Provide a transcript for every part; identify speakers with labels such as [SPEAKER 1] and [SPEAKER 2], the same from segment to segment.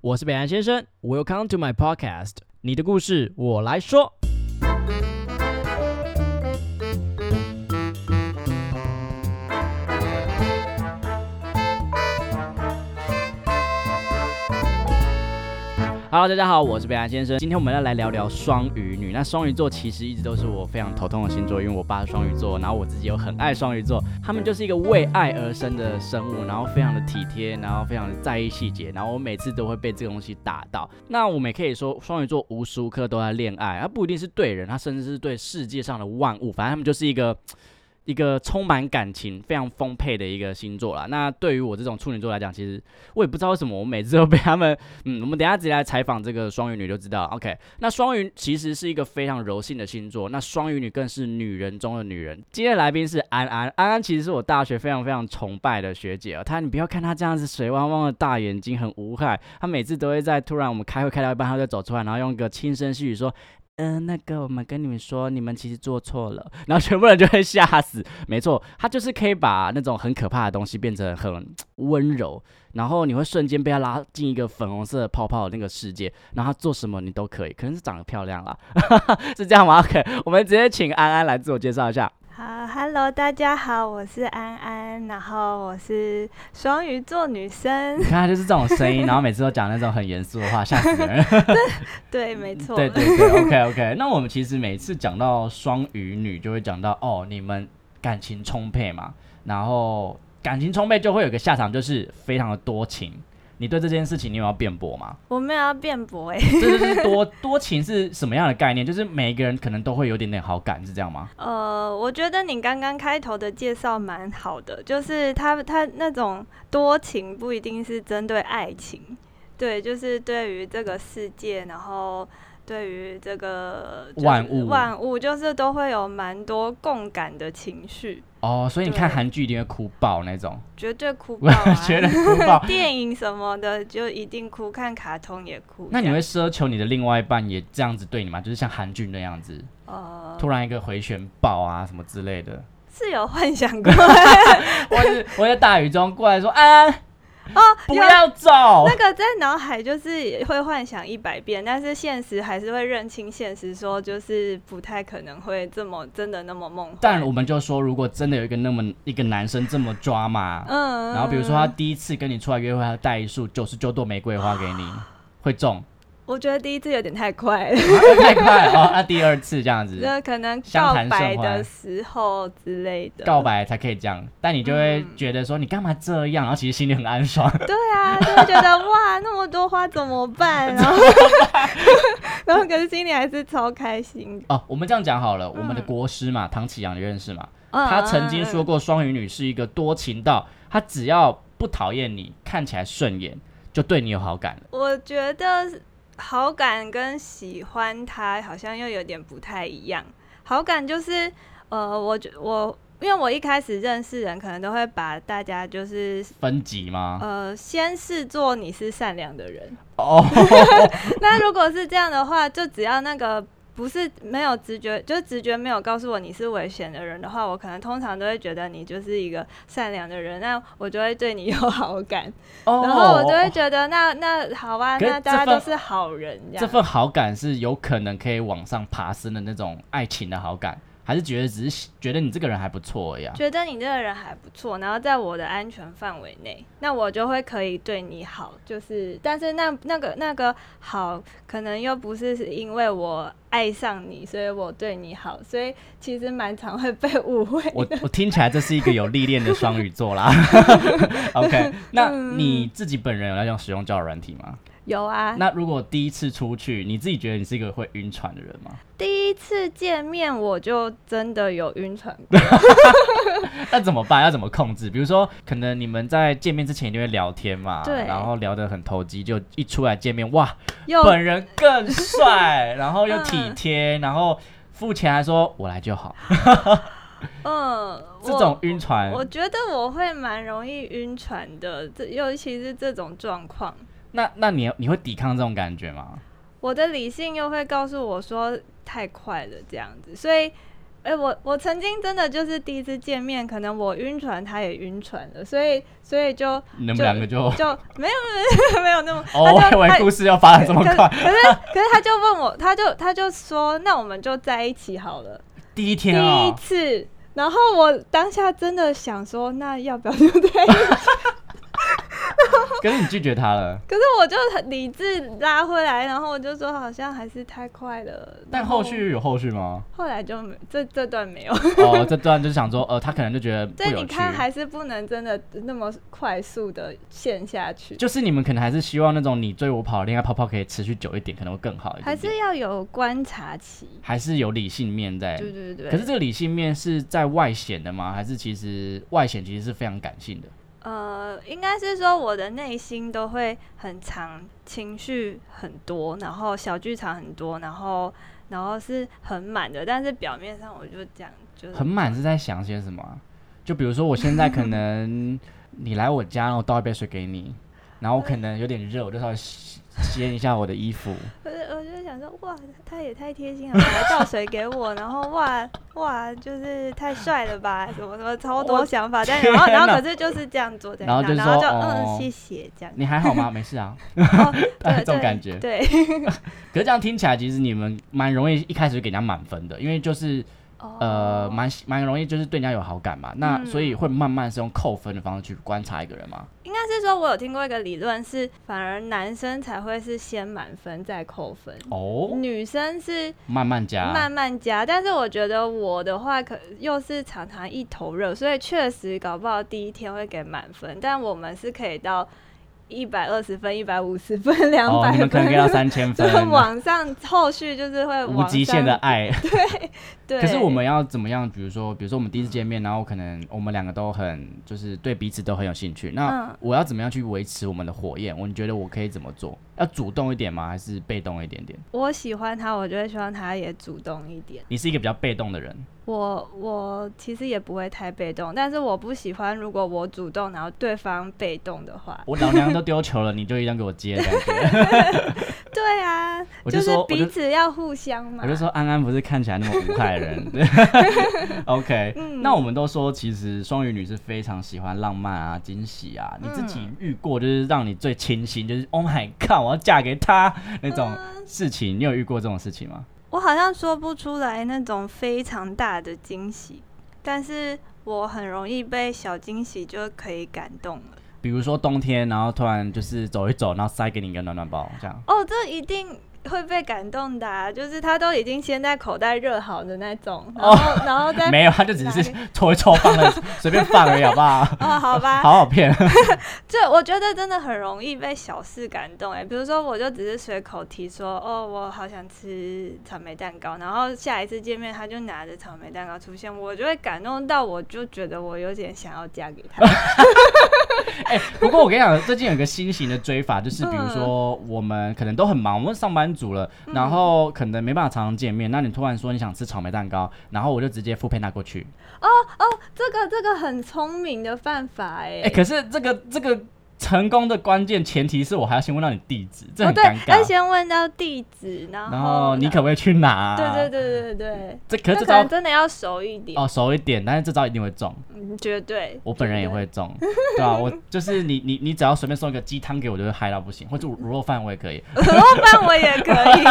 [SPEAKER 1] 我是北岸先生，Welcome to my podcast，你的故事我来说。Hello，大家好，我是北岸先生。今天我们要来聊聊双鱼女。那双鱼座其实一直都是我非常头痛的星座，因为我爸是双鱼座，然后我自己又很爱双鱼座，他们就是一个为爱而生的生物，然后非常的体贴，然后非常的在意细节，然后我每次都会被这个东西打到。那我们也可以说，双鱼座无时无刻都在恋爱，啊他不一定是对人，他甚至是对世界上的万物，反正他们就是一个。一个充满感情、非常丰沛的一个星座啦。那对于我这种处女座来讲，其实我也不知道为什么，我每次都被他们，嗯，我们等一下直接来采访这个双鱼女就知道。OK，那双鱼其实是一个非常柔性的星座，那双鱼女更是女人中的女人。今天的来宾是安安，安安其实是我大学非常非常崇拜的学姐啊。她，你不要看她这样子水汪汪的大眼睛，很无害。她每次都会在突然我们开会开到一半，她就走出来，然后用个轻声细语说。嗯、那个，我们跟你们说，你们其实做错了， 然后全部人就会吓死。没错，他就是可以把那种很可怕的东西变成很温柔，然后你会瞬间被他拉进一个粉红色的泡泡的那个世界，然后他做什么你都可以，可能是长得漂亮啦， 是这样吗？OK，我们直接请安安来自我介绍一下。
[SPEAKER 2] 好，Hello，大家好，我是安安，然后我是双鱼座女 生
[SPEAKER 1] 你，看他就是这种声音，然后每次都讲那种很严肃的话，吓死 人。
[SPEAKER 2] 对，没
[SPEAKER 1] 嗯
[SPEAKER 2] 错，
[SPEAKER 1] 对对对，OK OK。那我们其实每次讲到双鱼女，就会讲到哦，你们感情充沛嘛，然后感情充沛就会有个下场，就是非常的多情。你对这件事情，你有要辩驳吗？
[SPEAKER 2] 我没有要辩驳 哎，
[SPEAKER 1] 这就是多多情是什么样的概念？就是每一个人可能都会有点点好感，是这样吗？
[SPEAKER 2] 呃，我觉得你刚刚开头的介绍蛮好的，就是他他那种多情不一定是针对爱情，对，就是对于这个世界，然后。对于这个就是
[SPEAKER 1] 万物
[SPEAKER 2] 万物就是都会有蛮多共感的情绪，
[SPEAKER 1] 哦，所以你看
[SPEAKER 2] 对
[SPEAKER 1] 韩剧一定会哭爆那 种，
[SPEAKER 2] 绝对哭爆、
[SPEAKER 1] 我
[SPEAKER 2] 啊，。
[SPEAKER 1] 觉得哭爆
[SPEAKER 2] 电影什么的就一定哭，看卡通也哭。
[SPEAKER 1] 那你
[SPEAKER 2] 这
[SPEAKER 1] 会
[SPEAKER 2] 样
[SPEAKER 1] 奢求你的另外一半也这样子对你吗？就是像韩剧那样子，
[SPEAKER 2] 呃
[SPEAKER 1] 突然一个回旋爆啊什么之类的。
[SPEAKER 2] 是有幻想 过
[SPEAKER 1] 我是我在大雨中过来说，安安
[SPEAKER 2] 哦，
[SPEAKER 1] 不
[SPEAKER 2] 有
[SPEAKER 1] 要走
[SPEAKER 2] 那。个在脑海就是会幻想一百遍，但是现实还是会认清现实，说就是不太可能会这么真的那么梦幻。
[SPEAKER 1] 但我们就说，如果真的有一个那么一个男生这么抓嘛，
[SPEAKER 2] 嗯，
[SPEAKER 1] 然后比如说他第一次跟你出来约会，他带一束九十九朵玫瑰花给你，会中，
[SPEAKER 2] 我觉得第一次有点太快了，
[SPEAKER 1] 啊太快了哦。那第二次这样子，
[SPEAKER 2] 那可能
[SPEAKER 1] 相
[SPEAKER 2] 告
[SPEAKER 1] 谈
[SPEAKER 2] 白
[SPEAKER 1] 甚
[SPEAKER 2] 的
[SPEAKER 1] 欢
[SPEAKER 2] 时候之类的。嗯
[SPEAKER 1] 告白才可以这样，但你就会觉得说你干嘛这样，然后其实心里很安爽。
[SPEAKER 2] 对啊，就会觉得哇，那么多花怎么 办？然后， 然后可是心里还是超开心的。
[SPEAKER 1] 哦，我们这样讲好了，我们的国师嘛，唐启阳你认识吗？
[SPEAKER 2] 嗯
[SPEAKER 1] 他曾经
[SPEAKER 2] 嗯嗯
[SPEAKER 1] 说过，双鱼女是一个多情到，她只要不讨厌你，看起来顺眼，就对你有好感了。
[SPEAKER 2] 我觉得好感跟喜欢他好像又有点不太一样。好感就是，呃，我觉我因为我一开始认识人，可能都会把大家就是
[SPEAKER 1] 分级吗？
[SPEAKER 2] 呃先视作你是善良的人。
[SPEAKER 1] 哦，
[SPEAKER 2] 那如果是这样的话，就只要那个不是没有直觉，就是直觉没有告诉我你是危险的人的话，我可能通常都会觉得你就是一个善良的人，那我就会对你有好感。哦然后我就会觉得那那好吧，
[SPEAKER 1] 可是
[SPEAKER 2] 那大家
[SPEAKER 1] 这份
[SPEAKER 2] 都是好人这样。
[SPEAKER 1] 这份好感是有可能可以往上爬升的那种爱情的好感，还是觉得只是觉得你这个人还不错而已啊？
[SPEAKER 2] 觉得你这个人还不错，然后在我的安全范围内，那我就会可以对你好，就是，但是那那个那个好，可能又不是是因为我爱上你，所以我对你好，所以其实蛮常会被误会。
[SPEAKER 1] 我我听起来这是一个有历练的双鱼座 啦。OK，那你自己本人有在用使用交友软体吗？
[SPEAKER 2] 有嗯啊，
[SPEAKER 1] 那如果第一次出去，你自己觉得你是一个会晕船的人吗？
[SPEAKER 2] 第一次见面我就真的有晕船过，
[SPEAKER 1] 那怎么办？要怎么控制？比如说，可能你们在见面之前一定会聊天嘛，
[SPEAKER 2] 对
[SPEAKER 1] 然后聊得很投机，就一出来见面，哇，
[SPEAKER 2] 又
[SPEAKER 1] 本人更帅，然后又体
[SPEAKER 2] 嗯
[SPEAKER 1] 贴，然后付钱还说“我来就好
[SPEAKER 2] 嗯，”，
[SPEAKER 1] 这
[SPEAKER 2] 我
[SPEAKER 1] 种晕船。
[SPEAKER 2] 我觉得我会蛮容易晕船的，这尤其是这种状况。
[SPEAKER 1] 那那你你会抵抗这种感觉吗？
[SPEAKER 2] 我的理性又会告诉我说太快了这样子，所以。哎、我我曾经真的就是第一次见面，可能我晕船，他也晕船了，所以所以就啊
[SPEAKER 1] 你们两个 就
[SPEAKER 2] 就没有没有 没有那么，
[SPEAKER 1] 哦，我
[SPEAKER 2] 他
[SPEAKER 1] 以
[SPEAKER 2] 就
[SPEAKER 1] 为
[SPEAKER 2] 他
[SPEAKER 1] 故事要发 展这么
[SPEAKER 2] 可
[SPEAKER 1] 快。
[SPEAKER 2] 可是可是他就问我，他就他就说，那我们就在一起好了，
[SPEAKER 1] 第一
[SPEAKER 2] 第
[SPEAKER 1] 天
[SPEAKER 2] 一
[SPEAKER 1] 哦，
[SPEAKER 2] 次。然后我当下真的想说，那要不要就 在一起？
[SPEAKER 1] 可是你拒绝他 了，
[SPEAKER 2] 可是我就很理智拉回来，然后我就说好像还是太快了。
[SPEAKER 1] 但
[SPEAKER 2] 然后
[SPEAKER 1] 后续有后续吗？
[SPEAKER 2] 后来就没这这段没有，
[SPEAKER 1] 哦，这段就是想说，呃，他可能就觉得不
[SPEAKER 2] 对，
[SPEAKER 1] 有
[SPEAKER 2] 你
[SPEAKER 1] 趣。
[SPEAKER 2] 看还是不能真的那么快速的陷下去，
[SPEAKER 1] 就是你们可能还是希望那种你追我跑的恋爱泡泡可以持续久一点，可能会更好一点点。
[SPEAKER 2] 还是要有观察期。
[SPEAKER 1] 还是有理性面在。
[SPEAKER 2] 对对对，
[SPEAKER 1] 可是这个理性面是在外显的吗？还是其实外显其实是非常感性的？
[SPEAKER 2] 呃，应该是说我的内心都会很长，情绪很多，然后小剧场很多，然后然后是很满的，但是表面上我就讲就是
[SPEAKER 1] 很满是在想些什么啊、就比如说我现在可能你来我家，然后我倒一杯水给你，然后我可能有点热，我就稍微 吸掀一下我的衣服。
[SPEAKER 2] 我就呃我就想说，哇，他也太贴心了吧，还倒水给我，然后哇 哇，就是太帅了吧，什么什么，超多想法。但然后然后可是就是这样坐在
[SPEAKER 1] 然
[SPEAKER 2] 那，
[SPEAKER 1] 后就
[SPEAKER 2] 然
[SPEAKER 1] 说
[SPEAKER 2] 后就
[SPEAKER 1] 哦
[SPEAKER 2] 嗯，谢谢这样。
[SPEAKER 1] 你还好 吗？没事啊，
[SPEAKER 2] 哦
[SPEAKER 1] 大概这
[SPEAKER 2] 对
[SPEAKER 1] 种
[SPEAKER 2] 对
[SPEAKER 1] 感觉。
[SPEAKER 2] 对，
[SPEAKER 1] 可是这样听起来，其实你们蛮容易一开始就给人家满分的，因为就是呃
[SPEAKER 2] 哦，
[SPEAKER 1] 蛮蛮容易就是对人家有好感嘛。那
[SPEAKER 2] 嗯
[SPEAKER 1] 所以会慢慢是用扣分的方式去观察一个人嘛。
[SPEAKER 2] 应该是说我有听过一个理论是，反而男生才会是先满分再扣分，
[SPEAKER 1] 哦，
[SPEAKER 2] 女生是
[SPEAKER 1] 慢慢加，
[SPEAKER 2] 慢慢加，但是我觉得我的话可又是常常一头热，所以确实搞不好第一天会给满分，但我们是可以到一百二十分、一百五十 分、两
[SPEAKER 1] 哦，
[SPEAKER 2] 百
[SPEAKER 1] 你们可能给到
[SPEAKER 2] 分，
[SPEAKER 1] 三千
[SPEAKER 2] 就
[SPEAKER 1] 分，
[SPEAKER 2] 是往上后续就是会
[SPEAKER 1] 无
[SPEAKER 2] 往
[SPEAKER 1] 极限的
[SPEAKER 2] 上。
[SPEAKER 1] 爱。
[SPEAKER 2] 对，
[SPEAKER 1] 可是我们要怎么样？比如说，比如说我们第一次见面，然后可能我们两个都很就是对彼此都很有兴趣。那
[SPEAKER 2] 嗯
[SPEAKER 1] 我要怎么样去维持我们的火焰？我你觉得我可以怎么做？要主动一点吗？还是被动一点点？
[SPEAKER 2] 我喜欢他，我就会希望他也主动一点。
[SPEAKER 1] 你是一个比较被动的人，
[SPEAKER 2] 我我其实也不会太被动，但是我不喜欢如果我主动，然后对方被动的话。
[SPEAKER 1] 我老娘都丢球了，你就一定要给我接的感 觉。
[SPEAKER 2] 对啊，
[SPEAKER 1] 我就
[SPEAKER 2] 就
[SPEAKER 1] 说
[SPEAKER 2] 是
[SPEAKER 1] 我就
[SPEAKER 2] 彼此要互相嘛。
[SPEAKER 1] 我就说安安不是看起来那么无害的 人。 对 OK，、那
[SPEAKER 2] 嗯
[SPEAKER 1] 我们都说，其实双鱼女是非常喜欢浪漫啊、惊喜啊。
[SPEAKER 2] 嗯
[SPEAKER 1] 你自己遇过就是让你最清新，就是 Oh my God，我要嫁给他那种
[SPEAKER 2] 嗯
[SPEAKER 1] 事情，你有遇过这种事情吗？
[SPEAKER 2] 我好像说不出来那种非常大的惊喜，但是我很容易被小惊喜就可以感动了。
[SPEAKER 1] 比如说冬天，然后突然就是走一走，然后塞给你一个暖暖包，这样。
[SPEAKER 2] 哦，这一定会被感动的、啊，就是他都已经先在口袋热好的那种，然后、然后再
[SPEAKER 1] 哦没有，他就只是
[SPEAKER 2] 哪
[SPEAKER 1] 抽一抽放了，随便放而已，好不好？
[SPEAKER 2] 哦，好吧，
[SPEAKER 1] 好好骗。
[SPEAKER 2] 这我觉得真的很容易被小事感动哎，比如说我就只是随口提说哦，我好想吃草莓蛋糕，然后下一次见面他就拿着草莓蛋糕出现，我就会感动到我就觉得我有点想要嫁给他。
[SPEAKER 1] 哎、不过我跟你讲，最近有一个新型的追法，就是
[SPEAKER 2] 嗯
[SPEAKER 1] 比如说我们可能都很忙，我们上班族了，然后可能没办法常常见面。那你突然说你想吃草莓蛋糕，然后我就直接付配拿过去。
[SPEAKER 2] 这个这个很聪明的办法哎、
[SPEAKER 1] 哎、可是这个这个成功的关键前提是我还要先问到你地址，这
[SPEAKER 2] 哦
[SPEAKER 1] 很
[SPEAKER 2] 对
[SPEAKER 1] 尴，
[SPEAKER 2] 要
[SPEAKER 1] 尬。
[SPEAKER 2] 先问到地址，然后
[SPEAKER 1] 然后你可不可以去拿、
[SPEAKER 2] 对对对对对，
[SPEAKER 1] 对，这可
[SPEAKER 2] 那
[SPEAKER 1] 是这
[SPEAKER 2] 可能
[SPEAKER 1] 招
[SPEAKER 2] 真的要熟一点，
[SPEAKER 1] 哦熟一点，但是这招一定会中。
[SPEAKER 2] 嗯，绝对。
[SPEAKER 1] 我本人也
[SPEAKER 2] 绝对
[SPEAKER 1] 会中，对啊，我就是你你你只要随便送一个鸡汤给我，我就会嗨到不行，或者卤卤肉饭我也可以。
[SPEAKER 2] 然后饭我也可 以，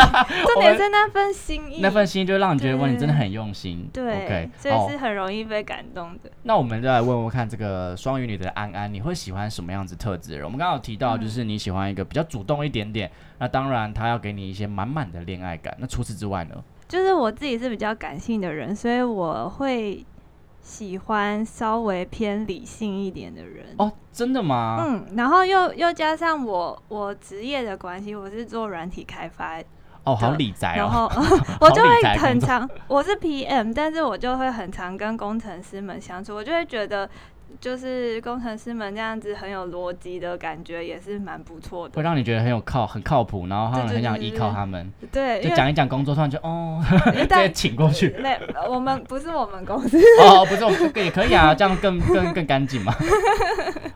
[SPEAKER 2] 重点是那份心意，
[SPEAKER 1] 那份心就让你觉得哇，
[SPEAKER 2] 对
[SPEAKER 1] 你真的很用心。
[SPEAKER 2] 对
[SPEAKER 1] OK，
[SPEAKER 2] 所
[SPEAKER 1] 好
[SPEAKER 2] 以是很容易被感动的。
[SPEAKER 1] 那我们就来问问看，这个双鱼女的安安，你会喜欢什么样子特质的人？我们刚刚有提到，就是你喜欢一个比较主动一点点，那当然她要给你一些满满的恋爱感。那除此之外呢？
[SPEAKER 2] 就是我自己是比较感性的人，所以我会喜欢稍微偏理性一点的人。
[SPEAKER 1] 哦，真的吗？
[SPEAKER 2] 嗯，然后又又加上我我职业的关系，我是做软体开发，
[SPEAKER 1] 哦，好理宅
[SPEAKER 2] 然
[SPEAKER 1] 哦。
[SPEAKER 2] 后 我就
[SPEAKER 1] 理
[SPEAKER 2] 会
[SPEAKER 1] 财工
[SPEAKER 2] 很
[SPEAKER 1] 作
[SPEAKER 2] 常，我是 PM，但是我就会很常跟工程师们相处，我就会觉得就是工程师们那样子很有逻辑的感觉，也是蛮不错
[SPEAKER 1] 会
[SPEAKER 2] 的。
[SPEAKER 1] 让你觉得很有靠，很靠谱，然后他们
[SPEAKER 2] 对对
[SPEAKER 1] 很想
[SPEAKER 2] 对
[SPEAKER 1] 依
[SPEAKER 2] 对
[SPEAKER 1] 靠
[SPEAKER 2] 对
[SPEAKER 1] 他们，
[SPEAKER 2] 对，因
[SPEAKER 1] 就
[SPEAKER 2] 为
[SPEAKER 1] 讲一讲工作，突然就 哦，
[SPEAKER 2] 因
[SPEAKER 1] 直
[SPEAKER 2] 为
[SPEAKER 1] 接
[SPEAKER 2] 但
[SPEAKER 1] 请过 去。
[SPEAKER 2] 没呃我们不是我们公司，
[SPEAKER 1] 哦，不是，我们也可以啊，这样更 更更干净嘛。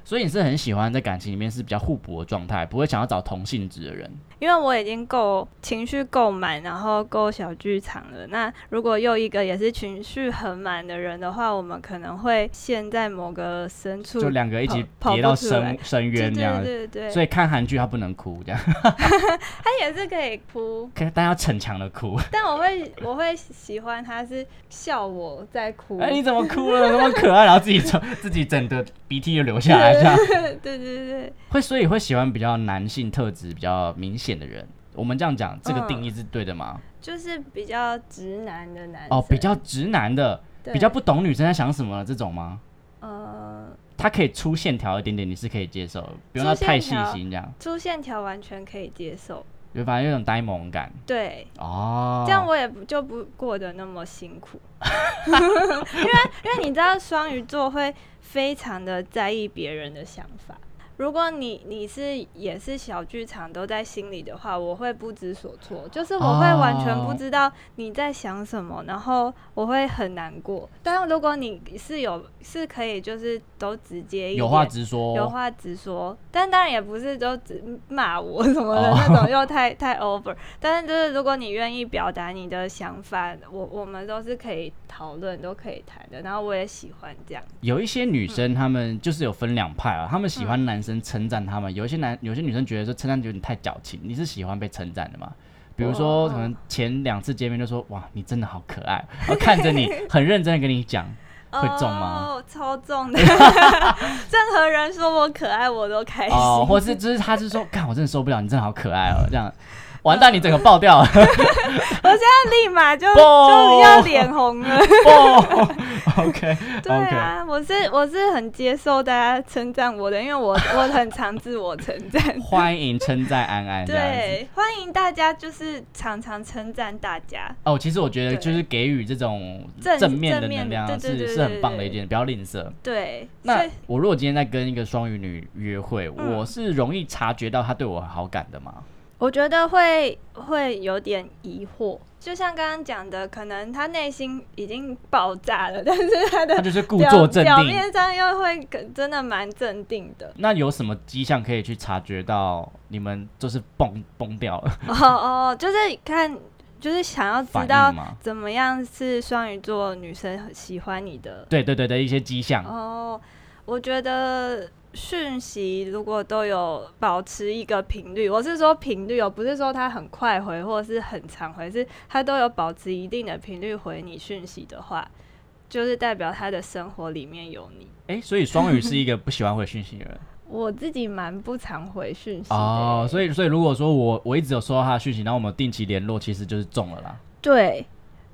[SPEAKER 1] 所以你是很喜欢在感情里面是比较互补的状态，不会想要找同性质的人。
[SPEAKER 2] 因为我已经够情绪够满，然后够小剧场了。那如果又一个也是情绪很满的人的话，我们可能会陷在某个深处，
[SPEAKER 1] 就两个一起
[SPEAKER 2] 跑
[SPEAKER 1] 跌到
[SPEAKER 2] 跑不出来
[SPEAKER 1] 深深
[SPEAKER 2] 对
[SPEAKER 1] 渊这样
[SPEAKER 2] 对
[SPEAKER 1] 子。
[SPEAKER 2] 对对，
[SPEAKER 1] 所以看韩剧他不能哭， 这样，
[SPEAKER 2] 他也是可以哭，
[SPEAKER 1] 可但要逞强的 哭。
[SPEAKER 2] 但我会我会喜欢他是笑我在哭，
[SPEAKER 1] 哎，你怎么哭了？那么可爱，然后自己从 自己整个鼻涕就流下来，这样
[SPEAKER 2] 对对对
[SPEAKER 1] 会，所以会喜欢比较男性特质比较明显的人。我们这样讲，这个
[SPEAKER 2] 嗯
[SPEAKER 1] 定义是对的吗？
[SPEAKER 2] 就是比较直男的男生
[SPEAKER 1] 哦，比较直男的，
[SPEAKER 2] 嗯对
[SPEAKER 1] 比较不懂女生在想什么的这种吗？
[SPEAKER 2] 呃
[SPEAKER 1] 它可以粗线条一点点，你是可以接受的，不用到太细
[SPEAKER 2] 粗
[SPEAKER 1] 心这样，
[SPEAKER 2] 粗线条完全可以接受，
[SPEAKER 1] 就反正有种呆萌感
[SPEAKER 2] 对，
[SPEAKER 1] 哦。
[SPEAKER 2] 这样我也不就不过得那么辛苦，因为因为你知道双鱼座会非常的在意别人的想法。如果你你是也是小剧场都在心里的话，我会不知所措，就是我会完全不知道你在想什么然后我会很难过。但如果你是有是可以就是都直接一点，
[SPEAKER 1] 有话直说，
[SPEAKER 2] 有话直说，但当然也不是都只骂我什么的
[SPEAKER 1] 哦
[SPEAKER 2] 那种，又太 太 over。但是就是如果你愿意表达你的想法，我我们都是可以讨论，都可以谈的。然后我也喜欢这样，
[SPEAKER 1] 有一些女生，她们就是有分两派
[SPEAKER 2] 嗯
[SPEAKER 1] 啊，她们喜欢男生称赞她们，有一些男有些女生觉得说称赞有点太矫情，你是喜欢被称赞的吗？比如说，
[SPEAKER 2] 我
[SPEAKER 1] 可能前两次见面就说哇，你真的好可爱，然后看 着你很认真的跟你讲，会中吗？
[SPEAKER 2] 哦，超重的， 任何人说我可爱，我都开心。
[SPEAKER 1] 哦，或是就是她是说，看我真的受不了，你真的好可爱 哦，这样，完蛋，你整个爆掉了，
[SPEAKER 2] 我现在立马就
[SPEAKER 1] 不
[SPEAKER 2] 就要脸红了。
[SPEAKER 1] 哦，OK
[SPEAKER 2] 对
[SPEAKER 1] OK，
[SPEAKER 2] 啊，我是我是很接受大家称赞我的，因为我 我很常自我称赞。
[SPEAKER 1] 欢迎称赞安安这样子。
[SPEAKER 2] 对，欢迎大家就是常常称赞大家。
[SPEAKER 1] 哦，其实我觉得
[SPEAKER 2] 对
[SPEAKER 1] 就是给予这种
[SPEAKER 2] 正
[SPEAKER 1] 正面的
[SPEAKER 2] 正面
[SPEAKER 1] 能量啊
[SPEAKER 2] 对对
[SPEAKER 1] 是
[SPEAKER 2] 对
[SPEAKER 1] 是
[SPEAKER 2] 对
[SPEAKER 1] 很棒的
[SPEAKER 2] 对
[SPEAKER 1] 一件，不要吝啬。
[SPEAKER 2] 对，所
[SPEAKER 1] 那
[SPEAKER 2] 以
[SPEAKER 1] 我如果今天在跟一个双鱼女约会，
[SPEAKER 2] 嗯
[SPEAKER 1] 我是容易察觉到她对我好感的吗？
[SPEAKER 2] 我觉得会会有点疑惑，就像刚刚讲的，可能他内心已经爆炸了，但是他
[SPEAKER 1] 她
[SPEAKER 2] 的
[SPEAKER 1] 就是故
[SPEAKER 2] 表
[SPEAKER 1] 作镇
[SPEAKER 2] 表
[SPEAKER 1] 定。
[SPEAKER 2] 面上又会跟真的蛮镇定的。
[SPEAKER 1] 那有什么迹象可以去察觉到你们就是崩崩掉了
[SPEAKER 2] 哦哦，就是看，就是想要
[SPEAKER 1] 反
[SPEAKER 2] 知道
[SPEAKER 1] 应吗？
[SPEAKER 2] 怎么样是双鱼座女生喜欢你的
[SPEAKER 1] 对对对对，一些迹象。
[SPEAKER 2] 哦，我觉得讯息如果都有保持一个频率，我是说频率哦，不是说它很快回或者是很长回，是它都有保持一定的频率回你讯息的话，就是代表他的生活里面有你。
[SPEAKER 1] 哎、所以双鱼是一个不喜欢回讯息 的人
[SPEAKER 2] 我自己蛮不常回讯息的、
[SPEAKER 1] 哦。所
[SPEAKER 2] 以
[SPEAKER 1] 以所以如果说我我一直有收到她的讯息，然后我们有定期联络，其实就是中了啦。
[SPEAKER 2] 对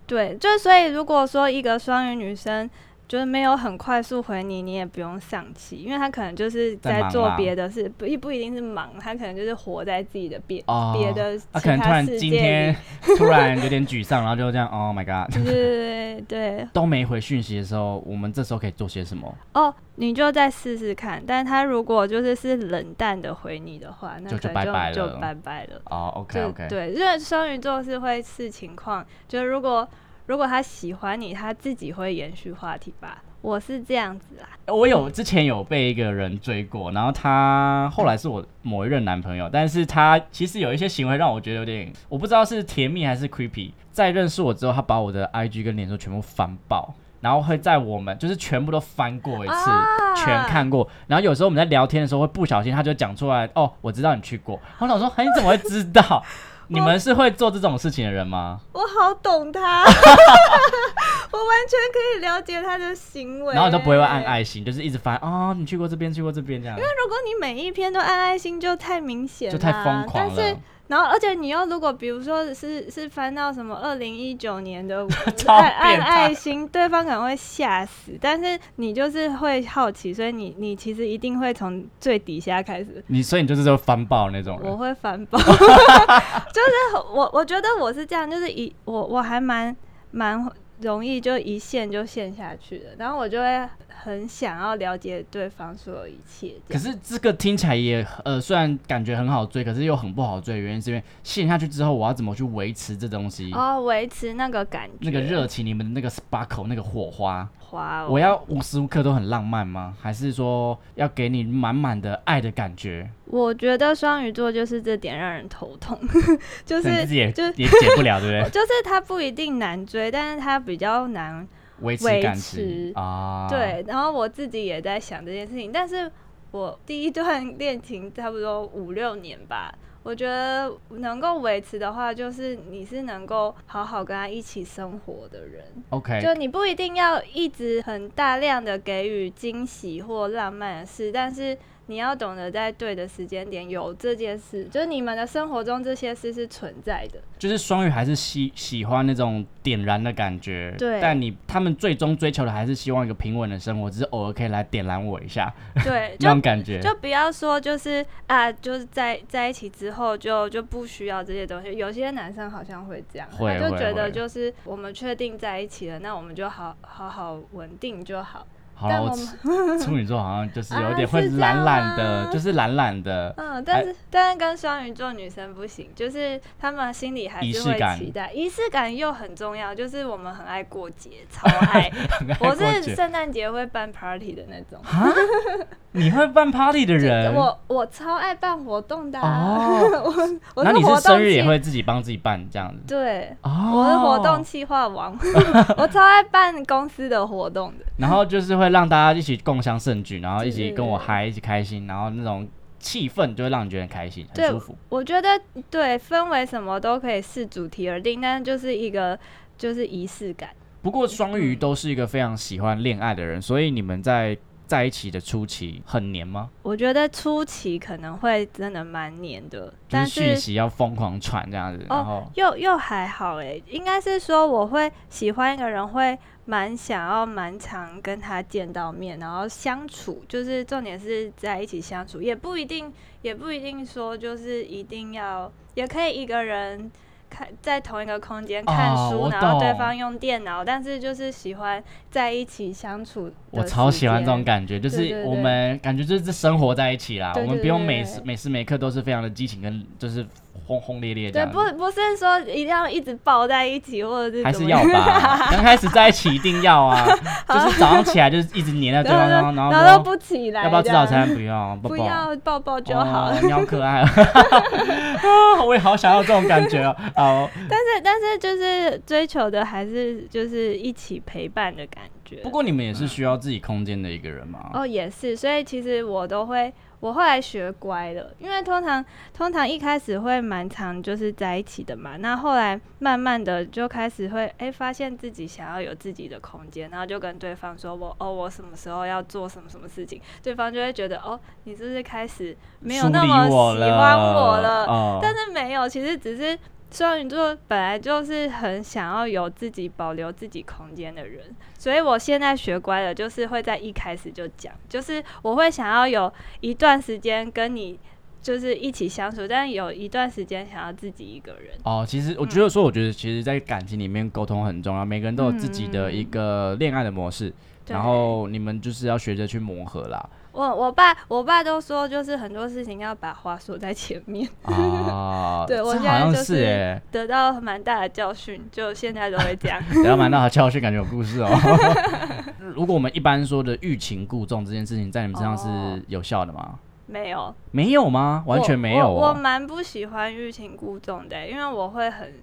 [SPEAKER 2] 对，就所以如果说一个双鱼女生。就是没有很快速回你，你也不用丧气，因为她可能就是
[SPEAKER 1] 在
[SPEAKER 2] 在
[SPEAKER 1] 忙
[SPEAKER 2] 做
[SPEAKER 1] 啦
[SPEAKER 2] 别的事，不一不一定是忙，她可能就是活在自己的别
[SPEAKER 1] 哦，
[SPEAKER 2] 别的
[SPEAKER 1] 他
[SPEAKER 2] 其
[SPEAKER 1] 可能突然
[SPEAKER 2] 世
[SPEAKER 1] 今
[SPEAKER 2] 界
[SPEAKER 1] 天
[SPEAKER 2] 里，
[SPEAKER 1] 突然有点沮丧，然后就这样，Oh my god，
[SPEAKER 2] 对对对对
[SPEAKER 1] 都没回讯息的时候，我们这时候可以做些什么？
[SPEAKER 2] 哦，你就再试试看。但他如果就是是冷淡的回你的话，那
[SPEAKER 1] 就就
[SPEAKER 2] 可能
[SPEAKER 1] 拜
[SPEAKER 2] 就
[SPEAKER 1] 拜了
[SPEAKER 2] 就拜拜了。
[SPEAKER 1] 哦，OK，OK、
[SPEAKER 2] 就
[SPEAKER 1] o k OK，
[SPEAKER 2] 对，因为双鱼座是会视情况，就是如果如果他喜欢你，他自己会延续话题吧。我是这样子啊啦，
[SPEAKER 1] 我有之前有被一个人追过，然后他后来是我某一任男朋友，但是他其实有一些行为让我觉得有点，我不知道是甜蜜还是 creepy。在认识我之后，他把我的 IG 跟脸书全部翻爆，然后会在我们就是全部都翻过一次，
[SPEAKER 2] 啊
[SPEAKER 1] 全看过。然后有时候我们在聊天的时候会不小心，他就讲出来，哦，我知道你去过。我想说，哎，你怎么会知道？ 你们是会做这种事情的人吗？
[SPEAKER 2] 我好懂 他，我完全可以了解他的行为。
[SPEAKER 1] 然后你都不会按爱心，就是一直翻，哦，你去过这边，去过这边这样，
[SPEAKER 2] 那如果你每一篇都按爱心，就太明显
[SPEAKER 1] 就
[SPEAKER 2] 啦，
[SPEAKER 1] 太疯狂
[SPEAKER 2] 啊但是
[SPEAKER 1] 了。
[SPEAKER 2] 然后，而且你又如果比如说是是翻到什么二零一九年的
[SPEAKER 1] 超
[SPEAKER 2] 爱爱
[SPEAKER 1] 变态
[SPEAKER 2] 爱心，对方可能会吓死，但是你就是会好奇，所以你你其实一定会从最底下开始。
[SPEAKER 1] 你所以你就是说翻爆那种
[SPEAKER 2] 我
[SPEAKER 1] 人，
[SPEAKER 2] 会翻 包，就是我我觉得我是这样，就是一我我还蛮蛮容易就一陷就陷下去的，然后我就会很想要了解对方所有一切。
[SPEAKER 1] 可
[SPEAKER 2] 这样
[SPEAKER 1] 是这个听起来也呃，虽然感觉很好追，可是又很不好追，原因是因为陷下去之后，我要怎么去维持这东西？
[SPEAKER 2] 哦，维持那个感觉，
[SPEAKER 1] 那个热情，你们的那个 sparkle，那个火花，
[SPEAKER 2] 花哦，
[SPEAKER 1] 我要无时无刻都很浪漫吗？还是说要给你满满的爱的感觉？
[SPEAKER 2] 我觉得双鱼座就是这点让人头痛， 就
[SPEAKER 1] 那你
[SPEAKER 2] 是
[SPEAKER 1] 自己也
[SPEAKER 2] 就
[SPEAKER 1] 也解不了，对 不对？
[SPEAKER 2] 就是他不一定难追，但是他比较难
[SPEAKER 1] 维持
[SPEAKER 2] 维
[SPEAKER 1] 感
[SPEAKER 2] 持
[SPEAKER 1] 情啊，，
[SPEAKER 2] 对，然后我自己也在想这件事情，但是我第一段恋情差不多五六年吧，我觉得能够维持的话，就是你是能够好好跟他一起生活的人，
[SPEAKER 1] ，OK，
[SPEAKER 2] 就你不一定要一直很大量的给予惊喜或浪漫的事，但是。你要懂得在对的时间点有这件事，就是你们的生活中这些事是存在的。
[SPEAKER 1] 就是双鱼还是喜喜欢那种点燃的感觉，
[SPEAKER 2] 对
[SPEAKER 1] 但你他们最终追求的还是希望一个平稳的生活，只是偶尔可以来点燃我一下
[SPEAKER 2] 对，就
[SPEAKER 1] 那种感觉。
[SPEAKER 2] 就不要说就是啊，就是在在一起之后就就不需要这些东西。有些男生好像会这样，啊
[SPEAKER 1] 会
[SPEAKER 2] 他就
[SPEAKER 1] 会
[SPEAKER 2] 觉得
[SPEAKER 1] 会
[SPEAKER 2] 就是我们确定在一起了，那我们就好好好稳定就好。
[SPEAKER 1] 好了，
[SPEAKER 2] 但
[SPEAKER 1] 我
[SPEAKER 2] 我
[SPEAKER 1] 处 处女座好像就是有
[SPEAKER 2] 啊
[SPEAKER 1] 点会
[SPEAKER 2] 是这
[SPEAKER 1] 懒
[SPEAKER 2] 样
[SPEAKER 1] 懒的，
[SPEAKER 2] 吗
[SPEAKER 1] 就是懒懒的。
[SPEAKER 2] 嗯，但是、但是跟双鱼座女生不行，就是他们心里还
[SPEAKER 1] 仪
[SPEAKER 2] 是
[SPEAKER 1] 式
[SPEAKER 2] 会
[SPEAKER 1] 感
[SPEAKER 2] 期待仪式感又很重要，就是我们很爱过节， 超爱。
[SPEAKER 1] 很爱
[SPEAKER 2] 我
[SPEAKER 1] 过
[SPEAKER 2] 是
[SPEAKER 1] 节
[SPEAKER 2] 圣诞节会办 party 的那种，
[SPEAKER 1] 你会办 party 的人，
[SPEAKER 2] 我我超爱办活动的、啊。
[SPEAKER 1] 哦，
[SPEAKER 2] 我
[SPEAKER 1] 那
[SPEAKER 2] 是
[SPEAKER 1] 你
[SPEAKER 2] 活
[SPEAKER 1] 是
[SPEAKER 2] 动
[SPEAKER 1] 生日也
[SPEAKER 2] 系
[SPEAKER 1] 会自己帮自己办这样子？
[SPEAKER 2] 对。
[SPEAKER 1] 哦，
[SPEAKER 2] 我是活动，企划王， 我超爱办公司的活动的。
[SPEAKER 1] 然后就是会让大家一起共襄盛举，然后一
[SPEAKER 2] 对
[SPEAKER 1] 起
[SPEAKER 2] 对
[SPEAKER 1] 跟我
[SPEAKER 2] 对
[SPEAKER 1] 嗨，一起开心，然后那种气氛就会让你觉得很开心，很
[SPEAKER 2] 对
[SPEAKER 1] 舒服。
[SPEAKER 2] 我觉得对氛围什么都可以视主题而定，但是就是一个就是仪式感。
[SPEAKER 1] 不过双
[SPEAKER 2] 嗯
[SPEAKER 1] 鱼都是一个非常喜欢恋爱的人，所以你们在在一起的初期很黏吗？
[SPEAKER 2] 我觉得初期可能会真的蛮黏的，
[SPEAKER 1] 就
[SPEAKER 2] 但
[SPEAKER 1] 是讯
[SPEAKER 2] 是
[SPEAKER 1] 息要疯狂传这样子，
[SPEAKER 2] 哦
[SPEAKER 1] 然后
[SPEAKER 2] 又又还好诶、应该是说我会喜欢一个人，会蛮想要蛮常跟他见到面，然后相处，就是重点是在一起相处，也不一定也不一定说就是一定要，也可以一个人看在同一个空间看
[SPEAKER 1] 哦
[SPEAKER 2] 书，
[SPEAKER 1] 我
[SPEAKER 2] 然后对
[SPEAKER 1] 懂
[SPEAKER 2] 方用电脑，但是就是喜欢在一起相处。
[SPEAKER 1] 我超喜欢这种
[SPEAKER 2] 感。
[SPEAKER 1] 感觉，就
[SPEAKER 2] 对
[SPEAKER 1] 是
[SPEAKER 2] 对
[SPEAKER 1] 我
[SPEAKER 2] 对
[SPEAKER 1] 们感觉就是生活在一起啦，
[SPEAKER 2] 对
[SPEAKER 1] 我们
[SPEAKER 2] 对
[SPEAKER 1] 不用
[SPEAKER 2] 对
[SPEAKER 1] 每
[SPEAKER 2] 对
[SPEAKER 1] 时每时每刻都是非常的激情跟就是轰轰烈烈这
[SPEAKER 2] 对，
[SPEAKER 1] 样子
[SPEAKER 2] 不不是说一定要一直抱在一起，或者是
[SPEAKER 1] 还
[SPEAKER 2] 怎
[SPEAKER 1] 是
[SPEAKER 2] 么
[SPEAKER 1] 要
[SPEAKER 2] 样
[SPEAKER 1] 吧，刚开始在一起一定要啊，就是早上起来就是一直黏在对
[SPEAKER 2] 然
[SPEAKER 1] 方，
[SPEAKER 2] 后
[SPEAKER 1] 然后
[SPEAKER 2] 就然
[SPEAKER 1] 后
[SPEAKER 2] 后都
[SPEAKER 1] 说
[SPEAKER 2] 不起来，
[SPEAKER 1] 要不要吃早
[SPEAKER 2] 这样
[SPEAKER 1] 餐？不用，
[SPEAKER 2] 不
[SPEAKER 1] 抱
[SPEAKER 2] 要抱抱就好。
[SPEAKER 1] 哦你好可爱哦 啊！我也好想要这种感觉哦。好，
[SPEAKER 2] 但是但是就是追求的还是就是一起陪伴的感觉。
[SPEAKER 1] 不过你们也是需要自己空间的一个人嘛。
[SPEAKER 2] 哦也是，所以其实我都会，我后来学乖了，因为通常通常一开始会蛮常就是在一起的嘛，那后来慢慢的就开始会哎、发现自己想要有自己的空间，然后就跟对方说我哦我什么时候要做什么什么事情，对方就会觉得哦你是不是开始没有
[SPEAKER 1] 疏
[SPEAKER 2] 那
[SPEAKER 1] 离
[SPEAKER 2] 么
[SPEAKER 1] 我
[SPEAKER 2] 喜欢我了，
[SPEAKER 1] 哦、
[SPEAKER 2] 但是没有，其实只是双鱼座本来就是很想要有自己保留自己空间的人，所以我现在学乖了，就是会在一开始就讲，就是我会想要有一段时间跟你就是一起相处，但有一段时间想要自己一个人。
[SPEAKER 1] 哦，其实我
[SPEAKER 2] 嗯
[SPEAKER 1] 觉得说，我觉得其实，在感情里面沟通很重要，每个人都有自己的一个恋爱的模式，
[SPEAKER 2] 嗯对
[SPEAKER 1] 然后你们就是要学着去磨合 啦。
[SPEAKER 2] 我我爸我爸都说，就是很多事情要把话说在前面，
[SPEAKER 1] 啊，
[SPEAKER 2] 对我
[SPEAKER 1] 这
[SPEAKER 2] 现
[SPEAKER 1] 好
[SPEAKER 2] 在
[SPEAKER 1] 像
[SPEAKER 2] 就是
[SPEAKER 1] 哎、
[SPEAKER 2] 得到蛮大的教训，就现在都会这样。
[SPEAKER 1] 等一下蛮到好教训，感觉有故事哦。 如果我们一般说的欲擒故纵这件事情，在你们身上
[SPEAKER 2] 哦
[SPEAKER 1] 是有效的吗？
[SPEAKER 2] 没有，
[SPEAKER 1] 没有吗？完全没有、
[SPEAKER 2] 我我我
[SPEAKER 1] 哦。
[SPEAKER 2] 蛮不喜欢欲擒故纵的、因为我会很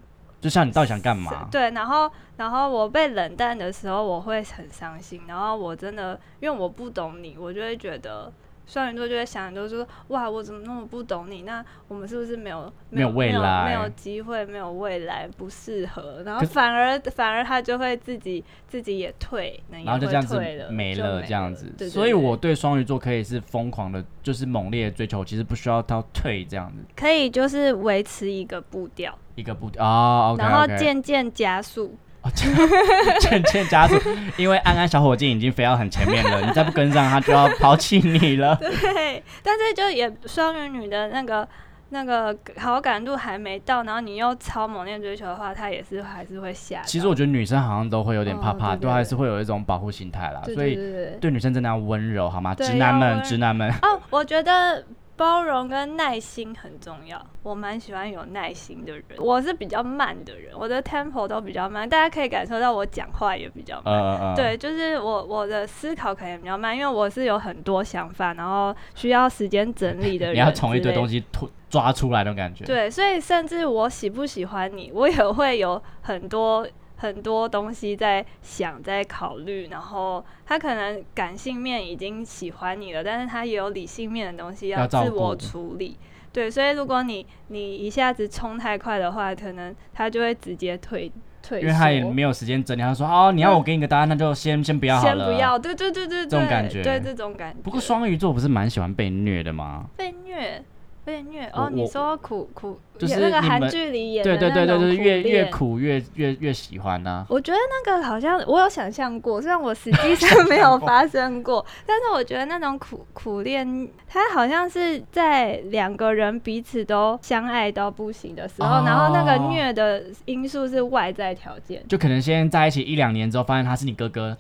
[SPEAKER 1] 就像你到底想干嘛？
[SPEAKER 2] 对，然后然后我被冷淡的时候，我会很伤心。然后我真的，因为我不懂你，我就会觉得双鱼座就会想很多，就说哇，我怎么那么不懂你？那我们是不是没有
[SPEAKER 1] 没有未来
[SPEAKER 2] 没有机会，没有未来，不适合？然后
[SPEAKER 1] 可是
[SPEAKER 2] 反而反而他就会自己自己也退，那也
[SPEAKER 1] 然后就
[SPEAKER 2] 会
[SPEAKER 1] 这样子
[SPEAKER 2] 退了，
[SPEAKER 1] 没
[SPEAKER 2] 就
[SPEAKER 1] 了，这样子
[SPEAKER 2] 对。对
[SPEAKER 1] 所以
[SPEAKER 2] 对
[SPEAKER 1] 我对双鱼座可以是疯狂的，就是猛烈的追求，其实不需要到退这样子
[SPEAKER 2] 可以就是维持一个步调，
[SPEAKER 1] 一个步啊。OK
[SPEAKER 2] 然后
[SPEAKER 1] OK。
[SPEAKER 2] 渐渐加速。
[SPEAKER 1] 哦渐 渐渐加速，因为安安小火箭已经飞到很前面了，你再不跟上，他就要抛弃你了。
[SPEAKER 2] 对，但是就也双鱼女的那个那个好感度还没到，然后你又超猛烈追求的话，他也是还是会吓到。
[SPEAKER 1] 其实我觉得女生好像都会有点怕怕，
[SPEAKER 2] 哦对对
[SPEAKER 1] 都还是会有一种保护心态啦，
[SPEAKER 2] 对
[SPEAKER 1] 所
[SPEAKER 2] 对
[SPEAKER 1] 以
[SPEAKER 2] 对对。
[SPEAKER 1] 对女生真的要温柔好吗？
[SPEAKER 2] 对
[SPEAKER 1] 直男
[SPEAKER 2] 要
[SPEAKER 1] 们，
[SPEAKER 2] 温
[SPEAKER 1] 直男们，
[SPEAKER 2] 哦，我觉得包容跟耐心很重要。我蛮喜欢有耐心的人，我是比较慢的人，我的 tempo 都比较慢，大家可以感受到我讲话也比较慢。
[SPEAKER 1] 呃呃，
[SPEAKER 2] 对，就是我我的思考可能也比较慢，因为我是有很多想法，然后需要时间整理的
[SPEAKER 1] 呃，
[SPEAKER 2] 人。
[SPEAKER 1] 你要从一堆
[SPEAKER 2] 西。
[SPEAKER 1] 东西吐抓出来那种感觉。
[SPEAKER 2] 对，所以甚至我喜不喜欢你，我也会有很多很多东西在想，在考虑。然后他可能感性面已经喜欢你了，但是他也有理性面的东西
[SPEAKER 1] 要照
[SPEAKER 2] 自我
[SPEAKER 1] 顾
[SPEAKER 2] 处理。对，所以如果你你一下子冲太快的话，可能他就会直接退退
[SPEAKER 1] 因为他也
[SPEAKER 2] 缩
[SPEAKER 1] 没有时间整理，他说哦，你要我给你个答案，那就先先不要好
[SPEAKER 2] 先
[SPEAKER 1] 了。
[SPEAKER 2] 不要，对对对对对，
[SPEAKER 1] 这种感觉
[SPEAKER 2] 对这种感觉。
[SPEAKER 1] 不过双鱼座不是蛮喜欢被虐的吗？
[SPEAKER 2] 被虐。被虐
[SPEAKER 1] 我
[SPEAKER 2] 哦！你
[SPEAKER 1] 我
[SPEAKER 2] 说苦苦，
[SPEAKER 1] 就是
[SPEAKER 2] 那个
[SPEAKER 1] 你
[SPEAKER 2] 韩
[SPEAKER 1] 们
[SPEAKER 2] 剧里演
[SPEAKER 1] 对
[SPEAKER 2] 的
[SPEAKER 1] 对对
[SPEAKER 2] 那
[SPEAKER 1] 对对，
[SPEAKER 2] 种苦
[SPEAKER 1] 越越
[SPEAKER 2] 恋
[SPEAKER 1] 苦越越越喜欢啊呐、
[SPEAKER 2] 我觉得那个好像我有想象过，虽然我实际上没有 发生过，但是我觉得那种苦苦恋，它好像是在两个人彼此都相爱到不行的时候，然后那个
[SPEAKER 1] 哦
[SPEAKER 2] 虐的因素是外在条件。
[SPEAKER 1] 就可能先在一起一两年之后，发现他是你哥 哥，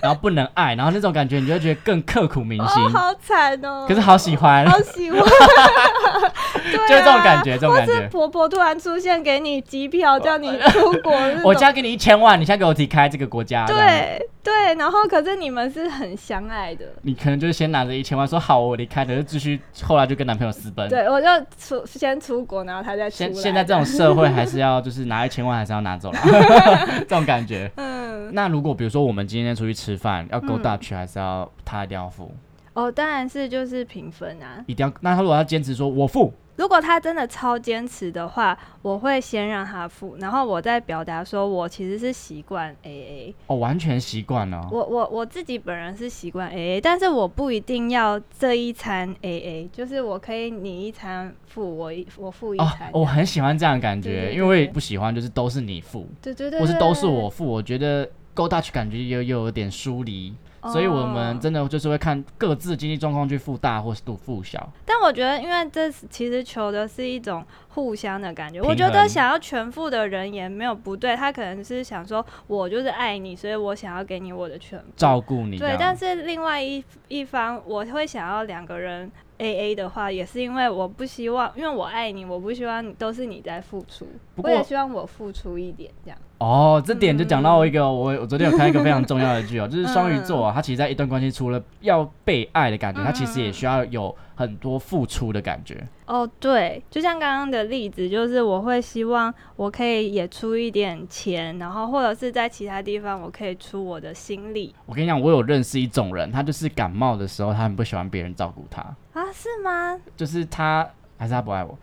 [SPEAKER 1] 然后不能爱，然后那种感觉你就会觉得更刻骨铭
[SPEAKER 2] 哦
[SPEAKER 1] 心，，
[SPEAKER 2] 好惨哦！
[SPEAKER 1] 可是好喜欢，
[SPEAKER 2] 好喜欢，对、啊，
[SPEAKER 1] 就是这种感觉，这种
[SPEAKER 2] 或
[SPEAKER 1] 感
[SPEAKER 2] 是
[SPEAKER 1] 觉。哦
[SPEAKER 2] 婆婆突然出现给你机票，叫你出国那种，
[SPEAKER 1] 我家给你一千万，你现在给我离开这个国家。这样，
[SPEAKER 2] 对对，然后可是你们是很相爱的，
[SPEAKER 1] 你可能就是先拿着一千万说好，我离开，可是继续后来就跟男朋友私奔。
[SPEAKER 2] 对，我就出先出国，然后他再出来
[SPEAKER 1] 嗯现
[SPEAKER 2] 的。
[SPEAKER 1] 现在这种社会还是要就是拿一千万还是要拿走了， 这种感觉。
[SPEAKER 2] 嗯，
[SPEAKER 1] 那如果比如说我们今天出去吃饭，要 go Dutch 还是要他一定要付？
[SPEAKER 2] 哦，当然是就是平分啊。
[SPEAKER 1] 一定要？那他如果要坚持说我付，
[SPEAKER 2] 如果他真的超坚持的话，我会先让他付，然后我再表达说我其实是习惯 AA，
[SPEAKER 1] 哦，完全习惯了。
[SPEAKER 2] 我我我自己本人是习惯 AA，但是我不一定要这一餐 AA，就是我可以你一餐付我一我付一
[SPEAKER 1] 哦
[SPEAKER 2] 餐，这样、
[SPEAKER 1] 我很喜欢这样的感觉，
[SPEAKER 2] 对对对
[SPEAKER 1] 因为我也不喜欢就是都是你付，
[SPEAKER 2] 对对对，
[SPEAKER 1] 或是
[SPEAKER 2] 对
[SPEAKER 1] 都是我，付，我觉得 go Dutch 感觉又又有点疏离。所以我们
[SPEAKER 2] 哦
[SPEAKER 1] 真的就是会看各自经济状况去付大或是度付小，
[SPEAKER 2] 但我觉得，因为这是其实求的是一种互相的感觉。
[SPEAKER 1] 平
[SPEAKER 2] 我觉得
[SPEAKER 1] 衡
[SPEAKER 2] 想要全付的人也没有不对，他可能是想说，我就是爱你，所以我想要给你我的全部。
[SPEAKER 1] 照顾你这
[SPEAKER 2] 对
[SPEAKER 1] 样。，
[SPEAKER 2] 但是另外一一方，我会想要两个人 A A 的话，也是因为我不希望，因为我爱你，我不希望你都是你在付出，
[SPEAKER 1] 不
[SPEAKER 2] 我
[SPEAKER 1] 过
[SPEAKER 2] 也希望我付出一点这样。
[SPEAKER 1] 哦，这点就讲到一个，我我昨天有看一个非常重要的剧哦，就是双鱼座啊，他其实在一段关系除了要被爱的感觉，他其实也需要有很多付出的感觉。
[SPEAKER 2] 哦，对，就像刚刚的例子，就是我会希望我可以也出一点钱，然后或者是在其他地方我可以出我的心力
[SPEAKER 1] 我跟你讲，我有认识一种人，他就是感冒的时候，他很不喜欢别人照顾他，
[SPEAKER 2] 啊？是吗？
[SPEAKER 1] 就是他还是他不爱我，